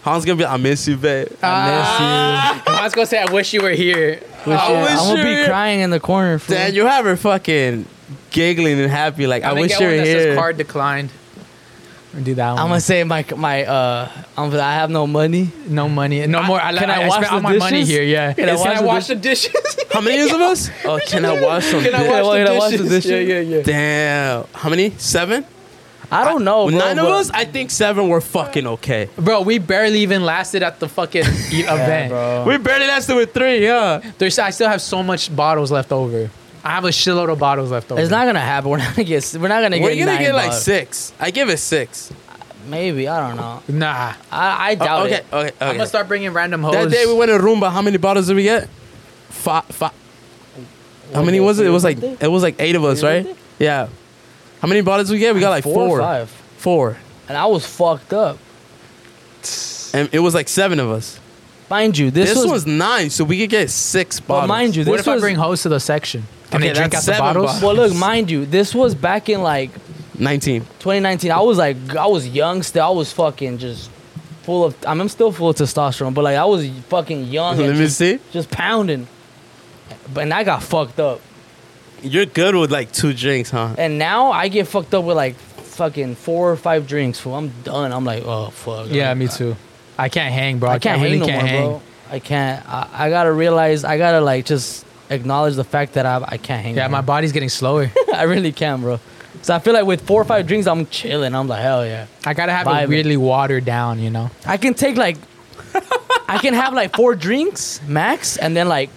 Hans gonna be. I miss you, babe. Ah,
I miss you.
*laughs* I was gonna say I wish you were here.
Wish
I
you-
wish
I'm gonna
you
be
were-
crying in the corner. fool.
Dan, you have her fucking giggling and happy. Like I,
I'm gonna
wish
get
you were
one that says
here.
Card declined. Or do that one.
Uh-huh.
I'm gonna say my my uh. I'm, I have no money.
no money, no more. I,
can I
I,
wash
spent all
the
my money
dishes?
here. Yeah.
Can I wash the
the *laughs* dishes?
How many of
*laughs*
us? Oh, can I wash some?
Can I
dish?
wash
Can I
the
wash the
dishes?
dishes?
Yeah, yeah, yeah.
Damn. How many? Seven?
I don't know. Bro,
Nine of
but-
us? I think seven were fucking okay.
Bro, we barely even lasted at the *laughs* fucking e- event.
Bro.
We barely lasted with three, yeah.
There's, I still have so much bottles left over. I have a shitload of bottles left over.
It's not gonna happen. *laughs* We're not gonna get. We're not gonna
We're
get.
gonna
nine
get like
dollars.
six. I give it six.
Maybe I don't know.
Nah.
I, I doubt
Oh, okay,
it.
okay,
I'm
okay.
gonna start bringing random hoes.
That day we went to Roomba. How many bottles did we get? Five. five. How
What
many
day?
was it? It
Your
was like
birthday?
it was like eight of us,
Your
right?
birthday?
Yeah. How many bottles we get? We got like four.
or five,
Four.
and I was fucked up.
And it was like seven of us.
Mind you, this,
This,
was.
was, nine, so we could get six bottles.
but mind you, this
what if
was.
I bring hoes to the section? Can
Okay,
they drink out
that's
the
seven
bottles?
bottles. *laughs*
well, look, mind you, this was back in like
nineteen.
2019. I was like, I was young still. I was fucking just full of. I mean, I'm still full of testosterone, but like I was fucking
*laughs*
young.
Let
and
me
Oh, just,
see.
Just pounding. But and I got fucked up,
You're good with like two drinks, huh?
and now I get fucked up with like fucking four or five drinks. Fool, I'm done. I'm like, oh fuck.
Yeah, me too. I can't hang, bro.
I can't
really
hang no
can't
more,
hang.
bro. I can't. I, I gotta realize. I gotta like just acknowledge the fact that I I can't hang.
Yeah, my
no more.
body's getting *laughs* slower.
*laughs* I really can, bro. So I feel like with four or five drinks, I'm chilling. I'm like hell yeah.
I gotta have
Vibing.
it really watered down, you know.
I can take like, *laughs* I can have like four drinks max, and then like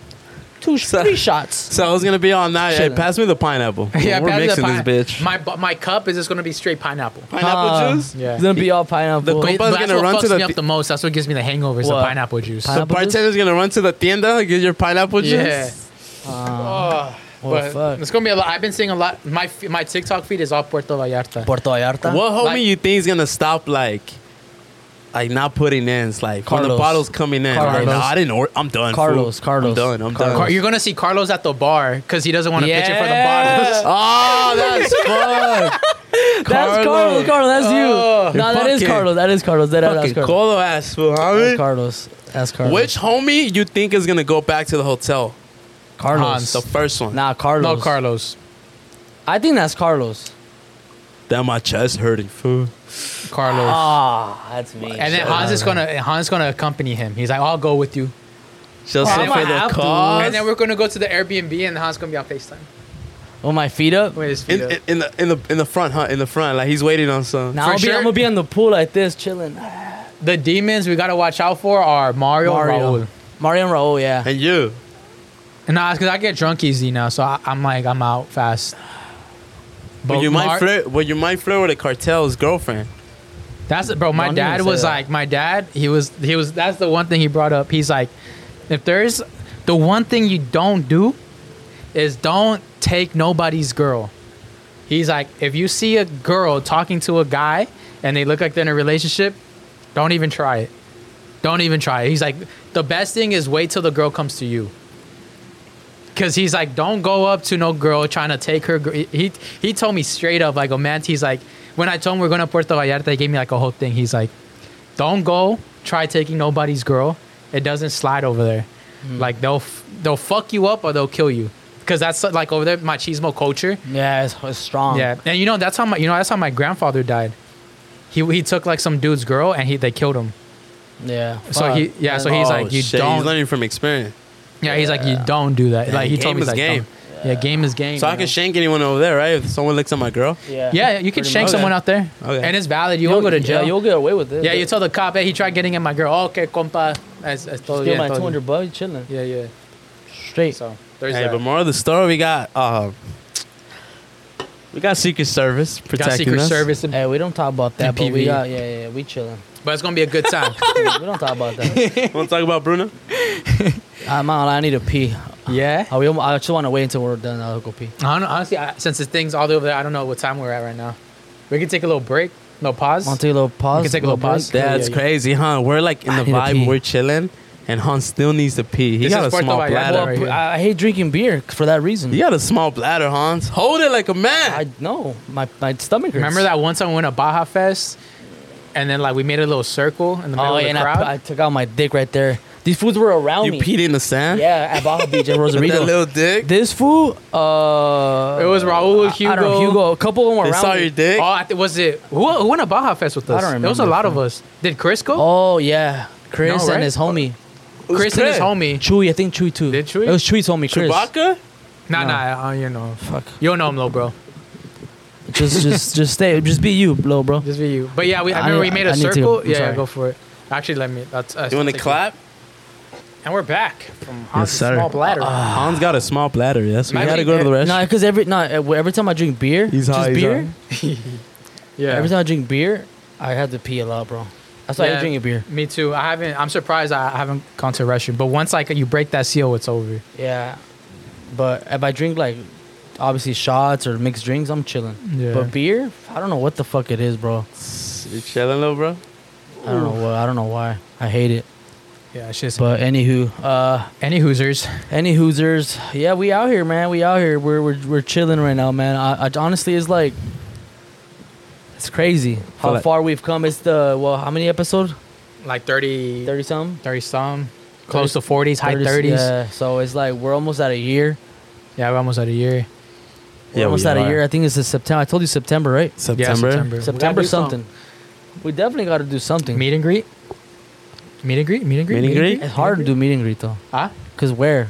two sh-
So-
*laughs*
three shots.
So I was gonna be all night. Hey,
Chilling.
pass me the pineapple. yeah, we're
pass me the
mixing
pine-
this bitch.
My bu- my cup is just gonna be straight pineapple.
pineapple
Ah,
juice.
Yeah.
It's gonna be all pineapple.
The
But
Copa's
that's
gonna
what
run
fucks
to the
me
th-
up the most. That's what gives me the hangover. Is the
What?
pineapple juice.
Pineapple
The bartender's gonna run to the tienda and get your pineapple juice.
yeah.
Uh,
Oh, but
well, fuck.
it's gonna be a lot. I've been seeing a lot. My f- my TikTok feed is all Puerto Vallarta.
Puerto Vallarta.
What homie
Like-
you think is gonna stop like, like not putting in? It's like when the
Carlos.
bottle's coming in. Like,
Carlos.
nah, I didn't. Order. I'm done. fool.
Carlos, Carlos,
I'm done. I'm
Carlos.
Car-
done.
you're gonna see Carlos at the bar because he doesn't want to pitch it for the
Yeah.
bottles.
*laughs* Oh, that's fun.
That's Carlos. Carlos, that's
Oh.
you. No, that is
Fucking-
Carlos. That is Carlos. That, that's
Fucking
Carlos.
Colo ass fool,
That's
homie.
Carlos. That's Carlos.
Which homie you think is gonna go back to the hotel?
Carlos?
Hans.
The first one.
Nah, Carlos.
No, Carlos.
I think that's Carlos.
Damn, my chest hurting, fool.
Carlos.
Ah, that's me.
and then Hans is gonna Hans gonna accompany him. He's like, I'll go with you.
She'll
Oh,
sit
I'ma
for
have
the
to.
cause.
And then we're gonna go to the Airbnb, and Hans gonna be on Facetime.
with my feet up.
Wait, his feet
In,
up.
in, in the in the in the front, huh? In the front, like he's waiting on some.
Now
For
I'll be,
sure.
I'm gonna be on the pool like this, chilling.
the demons we gotta watch out for are Mario,
Mario,
and Raul.
Mario and Raul. oh, Yeah,
And you,
And nah, because I get drunk easy now, so I, I'm like I'm out fast.
but you might
Mar-
flirt. But you might flirt with a cartel's girlfriend.
That's bro. My
Don't even
dad
say
was
that.
like, my dad. He was, he was. That's the one thing he brought up. He's like, if there's the one thing you don't do, is don't take nobody's girl. He's like, if you see a girl talking to a guy and they look like they're in a relationship, don't even try it. Don't even try it. He's like, the best thing is wait till the girl comes to you. Cause he's like, don't go up to no girl trying to take her. gr- He he told me straight up like a man. He's like, when I told him we are going to Puerto Vallarta, he gave me like a whole thing. He's like, don't go try taking nobody's girl. It doesn't slide over there.
Hmm.
Like they'll f- they'll fuck you up or they'll kill you. Cause that's like over there machismo culture.
Yeah, it's, it's strong.
Yeah, and you know that's how my you know that's how my grandfather died. He he took like some dude's girl and he they killed him.
yeah.
So he
fuck.
yeah, so
And-
he's
Oh,
like you
shit,
don't
He's learning from experience.
yeah he's like you don't do that. Like he
Game
told me
is
he's like
game.
Don't. yeah game is game.
So I
you
can
know?
shank anyone over there, right? If someone licks on my girl.
yeah,
yeah you can
Pretty
shank
much.
someone out there
Okay.
and it's valid. You won't go to jail.
Yeah, you'll get away with it.
yeah, you tell the cop hey he tried getting at my girl. "Oh, okay compa, that's, that's
Still
totally, Oh, yeah,
like two
totally.
hundred bucks, you chilling
yeah yeah.
straight.
So there's
Hey,
that.
but more of the story we got. Um, we got Secret Service
We got
protecting
Secret
us. *laughs*
Service, and-
Hey, we don't talk about that, but
PV.
we got yeah, yeah, yeah, we chilling.
but it's gonna be a good
*laughs*
time.
we don't talk
*laughs*
about that.
Want to talk about Bruno?
I'm out. I need to pee.
yeah.
I, will, I just want to wait until we're done. I'll go pee.
I don't know, honestly, I, since the thing's all the way over there, I don't know what time we're at right now. We can take a little break, no pause.
Want to take a little pause?
We can take a little pause.
break?
Yeah,
That's
yeah.
crazy, huh? We're like in
I
the
need to
vibe.
pee.
We're chilling, and Hans still needs to pee. He
This
got
is
a
Puerto
small
Vallarta
bladder.
right here.
I, I hate drinking beer for that reason.
You got a small bladder, Hans. Hold it like a man.
I know my my stomach hurts.
Remember that one time we went to Baja Fest, and then like we made a little circle in the middle
Oh,
of
yeah,
the
and
crowd.
I, I took out my dick right there. These fools were around
you
me.
peed in the sand.
Yeah, at Baja Beach
*laughs*
and
With that
Rosarito.
little dick.
this fool, uh,
it was Raul,
I
Hugo.
don't know, Hugo. A couple of them were
They
around
saw
me.
your dick.
Oh, I th- was it who, who went to Baja Fest with
I
us?
don't
It was a
remember,
lot of us. Did Chris go?
Oh yeah, Chris
No, right?
and his homie
Who's
Chris and his
Chris?
homie.
Chewy. I think Chewy too.
Did Chewy?
It was Chewy's homie, Chris.
Chewbacca?
Nah,
No.
nah, uh, you know,
Fuck.
you don't know him, little bro. *laughs*
Just, just, just stay. Just be you, little bro.
Just be you. But yeah, we I
I
remember
need-
we made
I
a
need to-
circle.
I'm
yeah, yeah,
sorry.
go for it. Actually, let me. That's us.
You want to
Take it.
clap?
And we're back from
Yes,
Hans'
sir.
small
Uh,
bladder.
Hans got a small bladder. Yes, we
Imagine
got to go to the
No,
restroom.
because every no, every time I drink beer,
He's
just
high, he's
beer.
high.
yeah.
Every time I drink beer, I have to pee a lot, bro. That's why I
Yeah.
hate drinking beer.
Me too. I haven't. I'm surprised I haven't gone to a restaurant. But once like you break that seal, it's over.
Yeah, but if I drink like obviously shots or mixed drinks, I'm chilling.
Yeah.
But beer, I don't know what the fuck it is, bro.
You chilling, little bro?
I don't know what. I don't know why. I hate it.
Yeah, it's just
But anywho, uh,
any Hoosers.
any Hoosers, yeah, we out here, man. We out here. We're we're, we're chilling right now, man. I, I honestly it's like. It's crazy how
like-
far we've come. It's the well, how many episodes?
Like 30, 30,
Thirty something.
some, close to 40s, high 30s. Yeah,
Yeah. So it's like we're almost at a year.
we're almost at a year.
We're almost
we
at a
are.
year. I think it's in September. I told you September, right?
Yeah,
September.
We gotta
September
do
something. We definitely got to do something.
Meet and greet. Meet and greet. Meet and greet.
Meet and greet?
it's hard to do meet and greet though,
Huh?
cause where?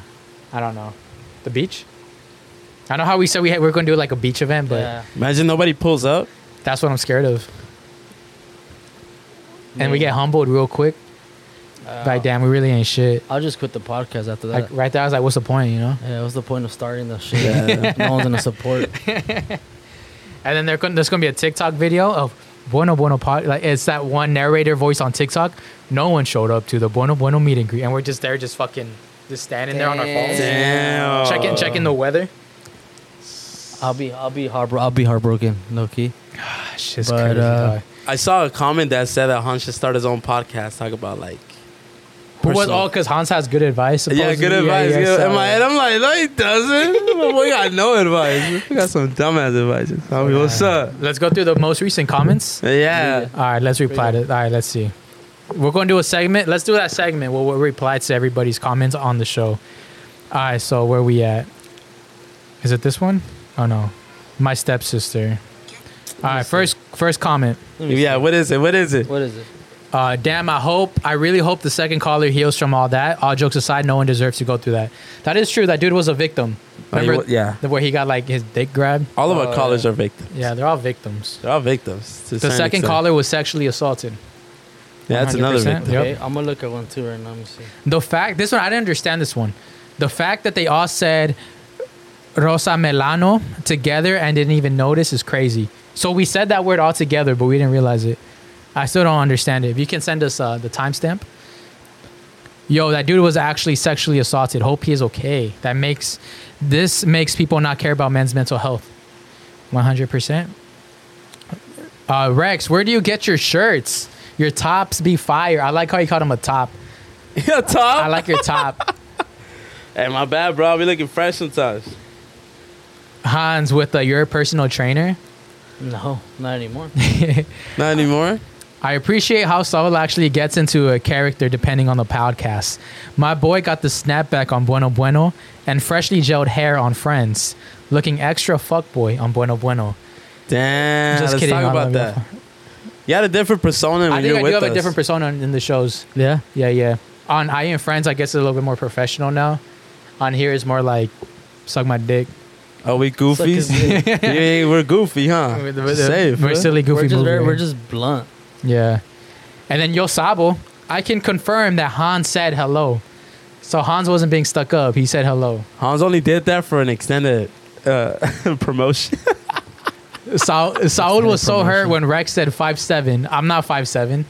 I don't know. The beach. I know how we said we had, we are going to do like a beach event, but
Imagine nobody pulls up.
that's what I'm scared of. And we get humbled real quick.
Uh,
Like, damn, we really ain't shit.
I'll just quit the podcast after that.
Like right there, I was like, what's the point, you know?
yeah, what's the point of starting the shit?
Yeah.
*laughs* no one's
*laughs*
gonna support.
And then there, gon- there's going to be a TikTok video of Bueno Bueno Pod. Like it's that one narrator voice on TikTok. No one showed up to the Bueno Bueno meet and greet, and we're just there, just fucking, just standing there on our phones,
Damn.
checking checking the weather.
I'll be, I'll be heartbro- I'll be heartbroken, low key.
Gosh, it's
But,
Ah, crazy.
uh,
dog.
I saw a comment that said that Hans should start his own podcast. Talk about like.
But was
personal-
all because Hans has good advice.
Yeah,
supposedly.
good advice.
yeah,
good.
so- uh,
Am I? And I'm like, no, he doesn't. *laughs* My boy got no advice. We got some dumbass advice. Tell me what's up.
Let's go through the most recent comments.
Yeah.
All right, let's reply to. All right, let's see. We're going to do a segment. Let's do that segment where we'll reply to everybody's comments on the show. All right, so where we at? Is it this one? Oh no, my stepsister. All right, first first comment.
Yeah. What is it? What is it?
What is it?
Uh, damn, I hope, I really hope the second caller heals from all that. All jokes aside, no one deserves to go through that. That is true. That dude was a victim.
Oh, he
Remember,
wa- yeah.
the- where he got like his dick grabbed.
All of our
Oh,
callers are victims.
Yeah, they're all victims.
They're all victims. to a
The
certain
second
extent.
caller was sexually assaulted.
Yeah, that's another
100%.
victim.
Yep.
Okay, I'm gonna look at one too right now. Let me see.
The fact this one I didn't understand this one. The fact that they all said Rosa Melano together and didn't even notice is crazy. So we said that word all together, but we didn't realize it. I still don't understand it. If you can send us uh, the timestamp. Yo, that dude was actually sexually assaulted. Hope he is okay. That makes this makes people not care about men's mental health. One hundred percent. Uh, Rex, where do you get your shirts? Your tops be fire. I like how you called him a top.
*laughs* Yeah, Tom.
I like your
*laughs*
top.
hey, my bad, bro. I be looking fresh sometimes.
Hans with uh, your personal trainer. *laughs*
No, not anymore.
Not anymore.
I appreciate how Saul actually gets into a character depending on the podcast. My boy got the snapback on Bueno Bueno and freshly gelled hair on Friends, looking extra fuckboy on Bueno Bueno.
Damn.
Just
let's
kidding,
talk
I love
about that. You had a different persona when
I
you
think
were
I do
with
have
us.
a different persona in in the shows.
yeah.
Yeah, yeah. On I and Friends, I guess it's a little bit more professional now. On here, it's more like suck my dick.
Are we goofies?
*laughs*
Suck
*laughs* yeah, we're goofy, huh?
We're,
Safe. huh?
silly, goofy
We're just,
movie,
very, we're
right?
just blunt.
Yeah. And then Yo Sabo, I can confirm that Hans said hello. So Hans wasn't being stuck up. He said hello.
Hans only did that for an extended uh, *laughs* promotion.
Saul, Saul was so hurt when Rex said five seven. I'm not five seven.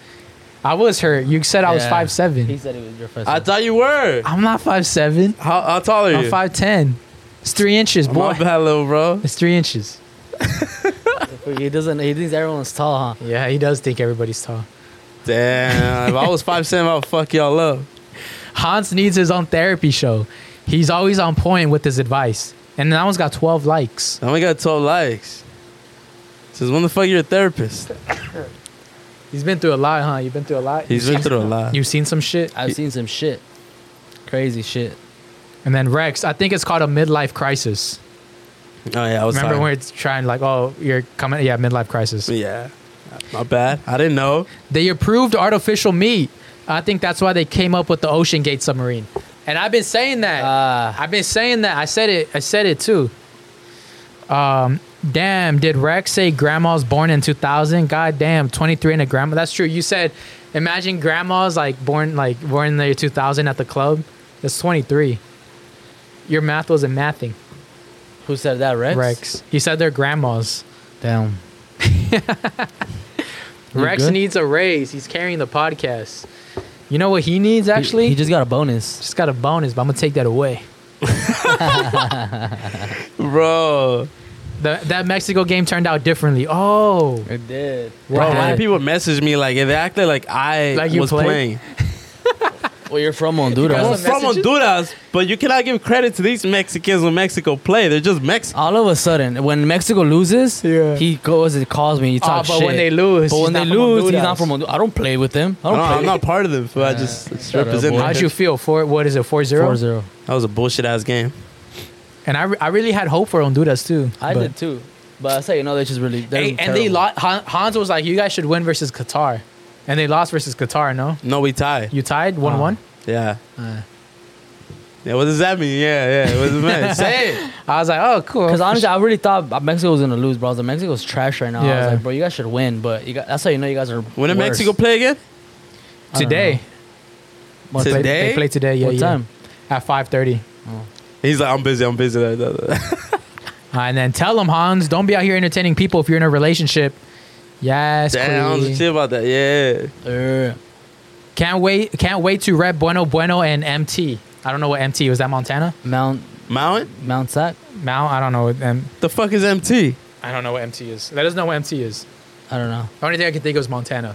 I was hurt. You said I was
Yeah.
five
He
seven.
said it was your first.
I thought you were.
I'm not five seven.
How, how tall are
I'm
you?
five ten. It's three inches, boy.
My bad, little bro.
It's three inches.
he doesn't. He thinks everyone's tall, huh?
Yeah, he does think everybody's tall.
Damn. if I was five cent, I would fuck y'all up.
Hans needs his own therapy show. He's always on point with his advice. And that one's got 12 likes.
I only got 12 likes. Says, when the fuck you're a therapist?
He's been through a lot, huh? You've been through a lot.
He's been through a lot.
You've seen some shit.
I've seen some shit, crazy shit.
And then Rex, I think it's called a midlife crisis.
Oh, yeah, I was
Remember
tired.
when it's trying like, oh, you're coming? Yeah, midlife crisis.
Yeah. My bad. I didn't know.
They approved artificial meat. I think that's why they came up with the Ocean Gate submarine. And I've been saying that.
Ah.
I've been saying that. I said it. I said it too. Um, damn. Did Rex say grandma's born in 2000? God damn. 23 and a grandma. That's true. You said, imagine grandma's like born like born in the year 2000 at the club. That's 23. Your math wasn't mathing,
Who said that, Rex?
Rex. He said they're grandmas.
Damn. You
Rex
good?
needs a raise. He's carrying the podcast. You know what he needs actually?
he, he just got a bonus.
Just got a bonus, but I'm gonna take that away.
Bro.
The, that Mexico game turned out differently. Oh,
It did.
Bro,
What
why
happened?
people message me like, they acted like I
Like you
was
played?
playing.
Well, you're from
I'm
guys
Honduras.
are-
from
messages?
Honduras, but you cannot give credit to these Mexicans when Mexico play. They're just Mexican.
All of a sudden, when Mexico loses,
Yeah.
he goes and calls me. He talks
but
shit.
when they lose,
Ah, but
he's
when they
not from
lose, he's
Honduras.
not from Honduras. I don't play with them. I
I
don't
don't, I'm
play.
not part of them, but I just, just represent
boy.
them.
How'd you feel? Four, what is it? Four zero.
Four zero.
That was a bullshit ass game.
And I, re- I really had hope for Honduras too.
I
but-
did too, but I say you know they're just really. They're
Hey, and they
terrible.
lost. Hans was like, "You guys should win versus Qatar," and they lost versus Qatar. No,
No, we tie.
you tied one one.
Yeah. yeah, what does that mean? Yeah, yeah. What does it mean? *laughs* Say it.
*laughs* I was like, "Oh, cool."
Because honestly, I really thought Mexico was gonna lose, bro. I was like, Mexico's trash right now. I
Yeah.
was like, bro, you guys should win, but you got, that's how you know you guys are.
When did
worse.
Mexico play again?
I don't
today,
What
They-
Today?
they play today. Yeah,
What
yeah.
time?
At five thirty.
He's like, I'm busy, I'm busy.
and then tell them, Hans, don't be out here entertaining people if you're in a relationship. Yes,
*laughs* Damn,
queen.
shit about that. Yeah.
Uh,
Can't wait! Can't wait to rep Bueno Bueno and MT. I don't know what MT was. That Montana
Mount
Mount?
Mount Sac.
Mount. I don't know. What M-
The fuck is MT?
I don't know what MT is. Let us know what MT is.
I don't know.
The only thing I can think of is Montana.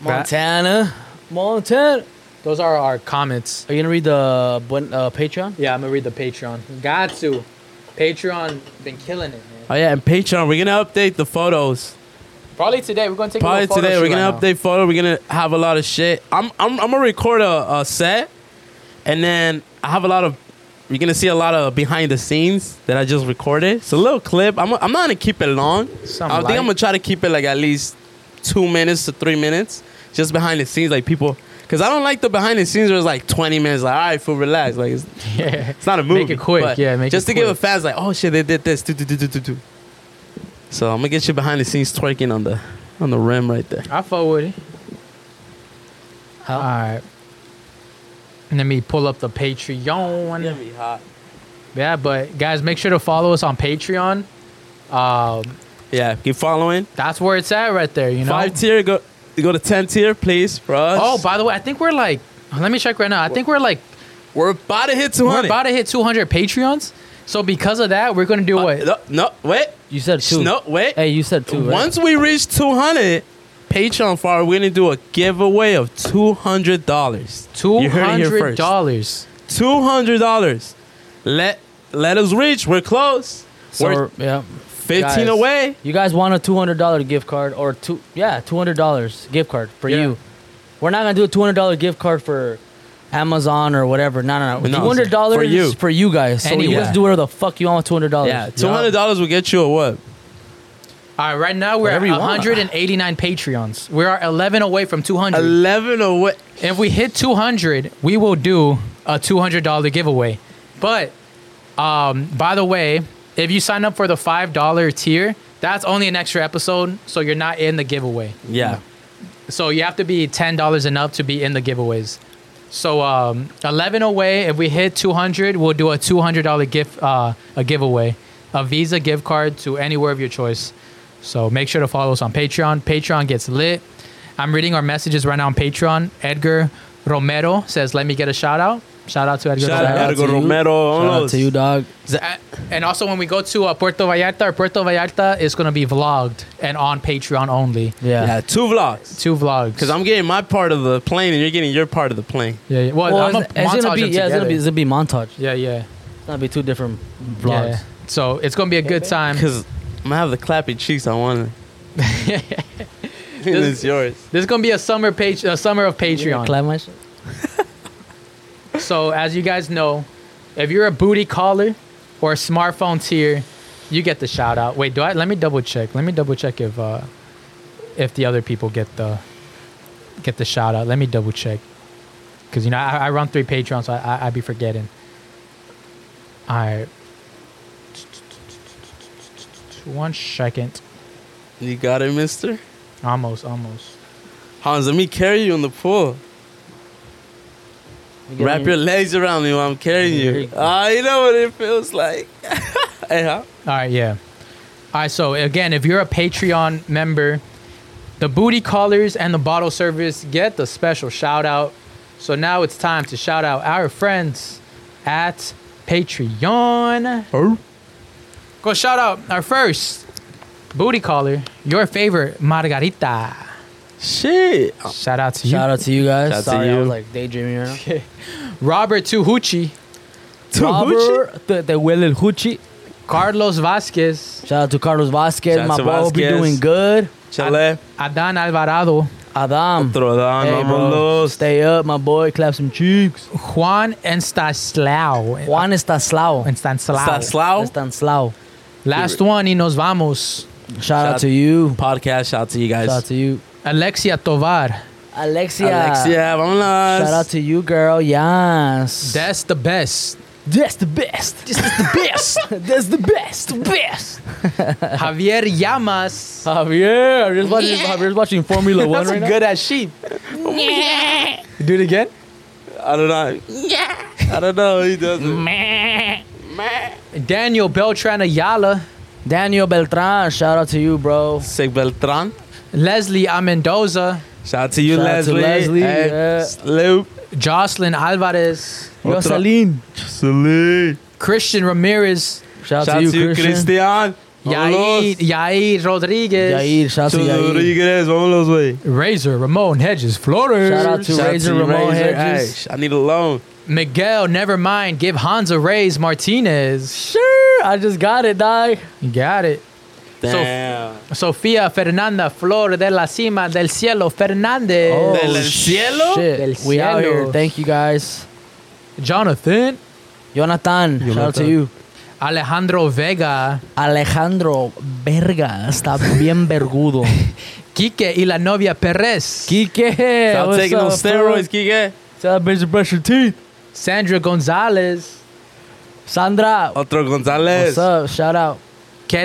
Montana. Montana.
Those are our comments.
Are you gonna read the Buen- uh, Patreon?
Yeah, I'm gonna read the Patreon. Got to. Patreon been killing it, man.
Oh, yeah, and Patreon. We're going to update the photos.
Probably today we're gonna take a
Probably
little photo
today. We're
shoot
gonna
right now.
update photo. We're gonna have a lot of shit. I'm I'm I'm gonna record a, a set, and then I have a lot of. You're gonna see a lot of behind the scenes that I just recorded. It's a little clip. I'm I'm not gonna keep it long.
Some
I
light.
think I'm gonna try to keep it like at least two minutes to three minutes, just behind the scenes, like people. Cause I don't like the behind the scenes where it's like 20 minutes. Like, all right, fool, relax. Like, it's,
*laughs* Yeah.
it's not a movie.
Make it quick,
but
yeah, make it
just to give the
quick.
fans like, oh shit, they did this. Do, do, do, do, do, do. So I'm gonna get you behind the scenes twerking on the on the rim right there.
I fuck with it.
How-
All right. Let me pull up the Patreon.
That'd be hot.
Yeah, but guys, make sure to follow us on Patreon. Um,
Yeah, keep following.
that's where it's at right there. You know,
Five tier go You go to 10 tier, please, for us.
Oh, by the way, I think we're like, let me check right now. I think we're like,
we're about to hit
we're
200.
about to hit 200 Patreons. So because of that, we're gonna do
Uh,
what?
No, no, wait.
You said two.
No, wait.
Hey, you said two. Right?
Once we reach 200 Patreon far, we're gonna do a giveaway of two hundred dollars.
Two hundred dollars.
Two hundred dollars. Let let us reach. We're close.
So
we're
we're- yeah.
fifteen
guys,
away.
You guys want a two hundred dollar gift card or two? Yeah, two hundred dollars gift card for
Yeah.
you. We're not gonna do a two hundred dollar gift card for Amazon or whatever. No, no, no.
No,
Two hundred dollars
for you.
for you guys. So you
Anyway.
guys do whatever the fuck you want with two hundred dollars.
Yeah, two hundred dollars will get you a what?
All right, right now we're
Whatever you
at
want.
189 Patreons. We are 11 away from 200.
Eleven away.
If we hit 200, we will do a $200 giveaway. But um, by the way, if you sign up for the $5 tier, that's only an extra episode, so you're not in the giveaway.
Yeah,
So you have to be $10 and up to be in the giveaways. So um, 11 away, if we hit 200, we'll do a $200 gift uh, a giveaway, a Visa gift card to anywhere of your choice. So make sure to follow us on Patreon. Patreon gets lit. I'm reading our messages right now on Patreon. Edgar Romero says, "Let me get a shout out." Shout out to Edgar.
Shout
Romero.
out Edgar
to you.
Romero.
Shout out to you, dog.
A- And also, when we go to uh, Puerto Vallarta, our Puerto Vallarta is going to be vlogged and on Patreon only.
Yeah.
Yeah, two vlogs.
Two vlogs.
Because I'm getting my part of the plane, and you're getting your part of the plane.
Yeah, yeah. Well,
Well,
I'm
it's, it's gonna be yeah, it's gonna be it's gonna be montage.
yeah, yeah,
It's gonna be two different
yeah,
vlogs.
yeah. So it's gonna be a good time. *laughs*
Because I'm gonna have the clappy cheeks I
*laughs*
want. and it's yours.
There's gonna be a summer page, a summer of
You gonna
Patreon.
clap my shit?
So as you guys know, if you're a booty caller or a smartphone tier, you get the shout out. Wait, do I? Let me double check. Let me double check if uh, if the other people get the get the shout out. Let me double check. Cause you know I, I run three Patreons, so I, I I be forgetting. All right. One second.
You got it, Mister.
Almost, almost.
Hans, let me carry you in the pool.
You get
Wrap
me?
your legs around me while I'm carrying you.
Mhm.
Ah, you know what it feels like. *laughs* hey, huh?
All right, yeah. All right, so again, if you're a Patreon member, the booty callers and the bottle service get the special shout out. So now it's time to shout out our friends at Patreon.
Oh.
Go shout out our first booty caller, your favorite Margarita.
Shit.
Shout out to you,
Shout out to you guys.
Shout out to
Sorry, I
you.
was like daydreaming right now.
Robert Tuhuchi,
To Gucci?
Robert de, de Will El Huchi.
Carlos Vasquez,
Shout out to Carlos Vasquez.
Shout out
My
to
boy hope you're
Vasquez.
doing good.
Chile.
Adan Alvarado,
Adam.
Throw down,
Mm. Hey, bro.
vámonos.
Stay up, my boy. Clap some cheeks.
Juan Estaslao.
Juan Estaslao.
Estaslao.
Slau.
Estaslao.
Last one, y nos vamos.
Shout, out to you.
Podcast. Shout out to you guys.
Shout out to you.
Alexia Tovar.
Alexia.
Alexia, vámonos.
Shout out to you, girl. Yes.
That's the best.
That's the best. This is the *laughs* best. That's the best. Best.
Javier Llamas.
Javier. Javier's watching, Javier's
*laughs*
watching Formula One right now.
good ass sheep. Do it again.
I don't know. Yeah. I don't know. He doesn't.
Daniel Beltran Ayala.
Daniel Beltran. Shout out to you, bro.
Sig Beltran.
Leslie Amendoza.
Shout out to you,
Shout out to
Leslie.
Leslie,
Hey,
yeah.
Sloop.
Jocelyn Alvarez.
Otro-
Yoselin.
Salute.
Christian Ramirez.
Shout,
Shout out to you,
Christian.
Christian.
Yair,
Vámonos.
Yair Rodriguez.
Yair. Shout out to
Chulo
Yair.
Rodriguez, vámonos, güey.
Razor Ramon Hedges Flores.
Shout out to
Shout out
Razor
to you,
Ramon
Razor.
Hedges.
Hey, I need a loan.
Miguel Nevermind. Give Hansa Reyes Martinez.
Sure, I just got it, dog.
You got it.
Damn.
Sofia Fernanda Flor de la Cima del Cielo Fernandez.
oh,
Del cielo?
Shit.
Del
We out here.
cielo.
Thank you guys.
Jonathan
Jonathan, shout out to you.
Alejandro Vega,
Alejandro Verga está bien vergudo.
Quique y la novia Perez,
*laughs* Kike,
Stop
what's
taking
up,
those steroids,
fool?
Kike.
Tell that bitch to brush your teeth.
Sandra Gonzalez,
Sandra,
Otro
what's
Gonzalez.
up? Shout out.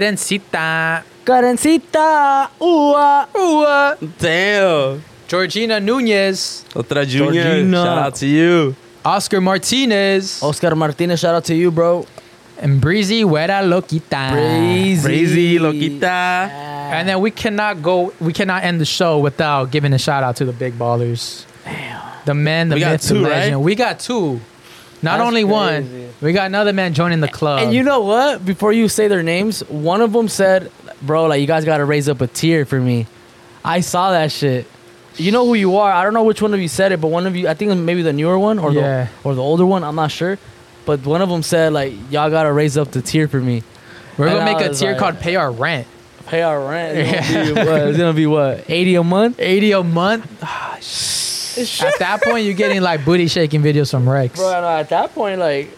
Karencita,
Karencita, ua, ua.
Damn.
Georgina Nunez,
Otra Junior.
Georgina.
Shout out to you.
Oscar Martinez,
Oscar Martinez, shout out to you, bro. Ah,
and Breezy Huera Loquita.
Breezy.
Crazy, loquita.
And then we cannot go. We cannot end the show without giving a shout out to the big ballers. The men, the
We got
myth,
two,
the
right?
legend. We got two. Not
That's
only one.
crazy.
We got another man joining the club.
And you know what? Before you say their names, one of them said, "Bro, like you guys gotta raise up a tier for me." I saw that shit. You know who you are. I don't know which one of you said it, but one of you, I think maybe the newer one or
Yeah.
the or the older one. I'm not sure, but one of them said like, "Y'all gotta raise up the tier for me."
we're
and
gonna
I
make a
was
tier
like-
called "Pay Our Rent."
Pay our rent. It's gonna, be, what, it's gonna be what eighty a month,
Eighty a month. *sighs* Ah, sh- At that point, you're getting like booty shaking videos from Rex.
bro. And at that point, like,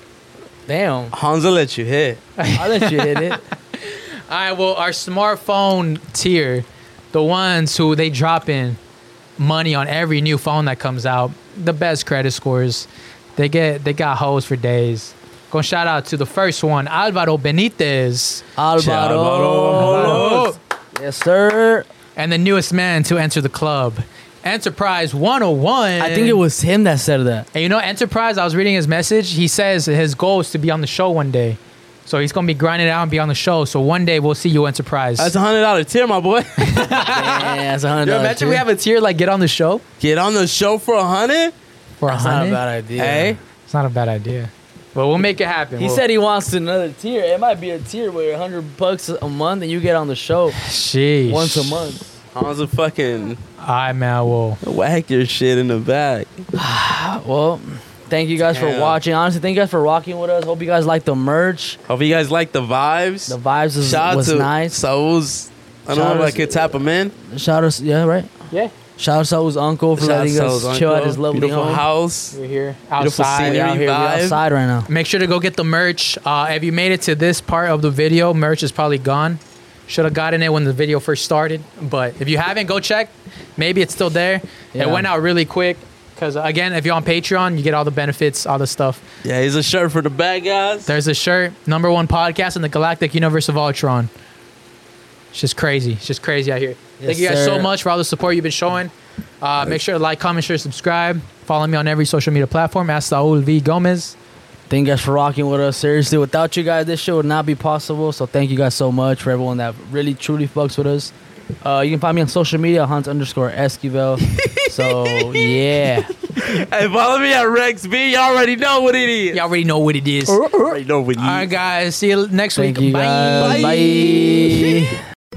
damn,
Hansa let you hit.
I'll let you *laughs* hit it.
All right, well, our smartphone tier, the ones who they drop in money on every new phone that comes out, the best credit scores, they get they got hoes for days. Gonna shout out to the first one, Alvaro Benitez,
Oh, Alvaro, yes sir.
and the newest man to enter the club, Enterprise 101.
I think it was him that said *laughs* that.
And you know, Enterprise, I was reading his message. He says his goal is to be on the show one day. So he's gonna be grinding out and be on the show. So one day we'll see you, Enterprise.
That's a hundred dollar tier, my boy. *laughs*
Yeah, that's a hundred.
Yo,
dollar
imagine
tier.
we have a tier like get on the show
Get on the show for a hundred.
for a
That's not a
hundred.
bad idea.
Hey,
It's not a bad idea. But we'll make it happen.
He
We'll-
said he wants another tier. It might be a tier where a hundred bucks a month and you get on the show
*sighs* Sheesh.
once a month.
Hansa fucking
All right, man. Well,
whack your shit in the back.
Well, thank you guys
Damn.
for watching. Honestly, thank you guys for rocking with us. Hope you guys like the merch.
Hope you guys like the vibes.
The vibes is,
Shout out
was
to
nice.
Souls. I don't
Shout
know if I
out-
could tap him in.
Shout out, yeah, right.
yeah.
Shout out to his uncle for
Shout out
letting us
Souls,
chill
uncle.
at his lovely
Beautiful
home.
house.
We're here
Beautiful
outside.
We're out
scenery
here, we're
vibe.
outside right now.
Make sure to go get the merch. Uh, if you made it to this part of the video, merch is probably gone. Should have gotten it when the video first started. But if you haven't, go check. Maybe it's still there.
Yeah.
It went out really quick. Because, again, if you're on Patreon, you get all the benefits, all the stuff.
Yeah, he's a shirt for the bad guys.
There's a shirt, number one podcast in the galactic universe of Ultron. It's just crazy. It's just crazy out here. Thank you guys
sir.
so much for all the support you've been showing. Uh, make sure to like, comment, share, subscribe. Follow me on every social media platform at Saul V Gomez.
Thank you guys for rocking with us. Seriously, without you guys, this show would not be possible. So thank you guys so much for everyone that really truly fucks with us. Uh, you can find me on social media, Hans underscore Esquivel. so yeah,
Hey, follow me at Rex B. Y'all already know what it is.
You already know what it is. All
Y'all already know what it is.
right, guys. See you next
thank
week.
you guys. Bye.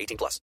18 plus.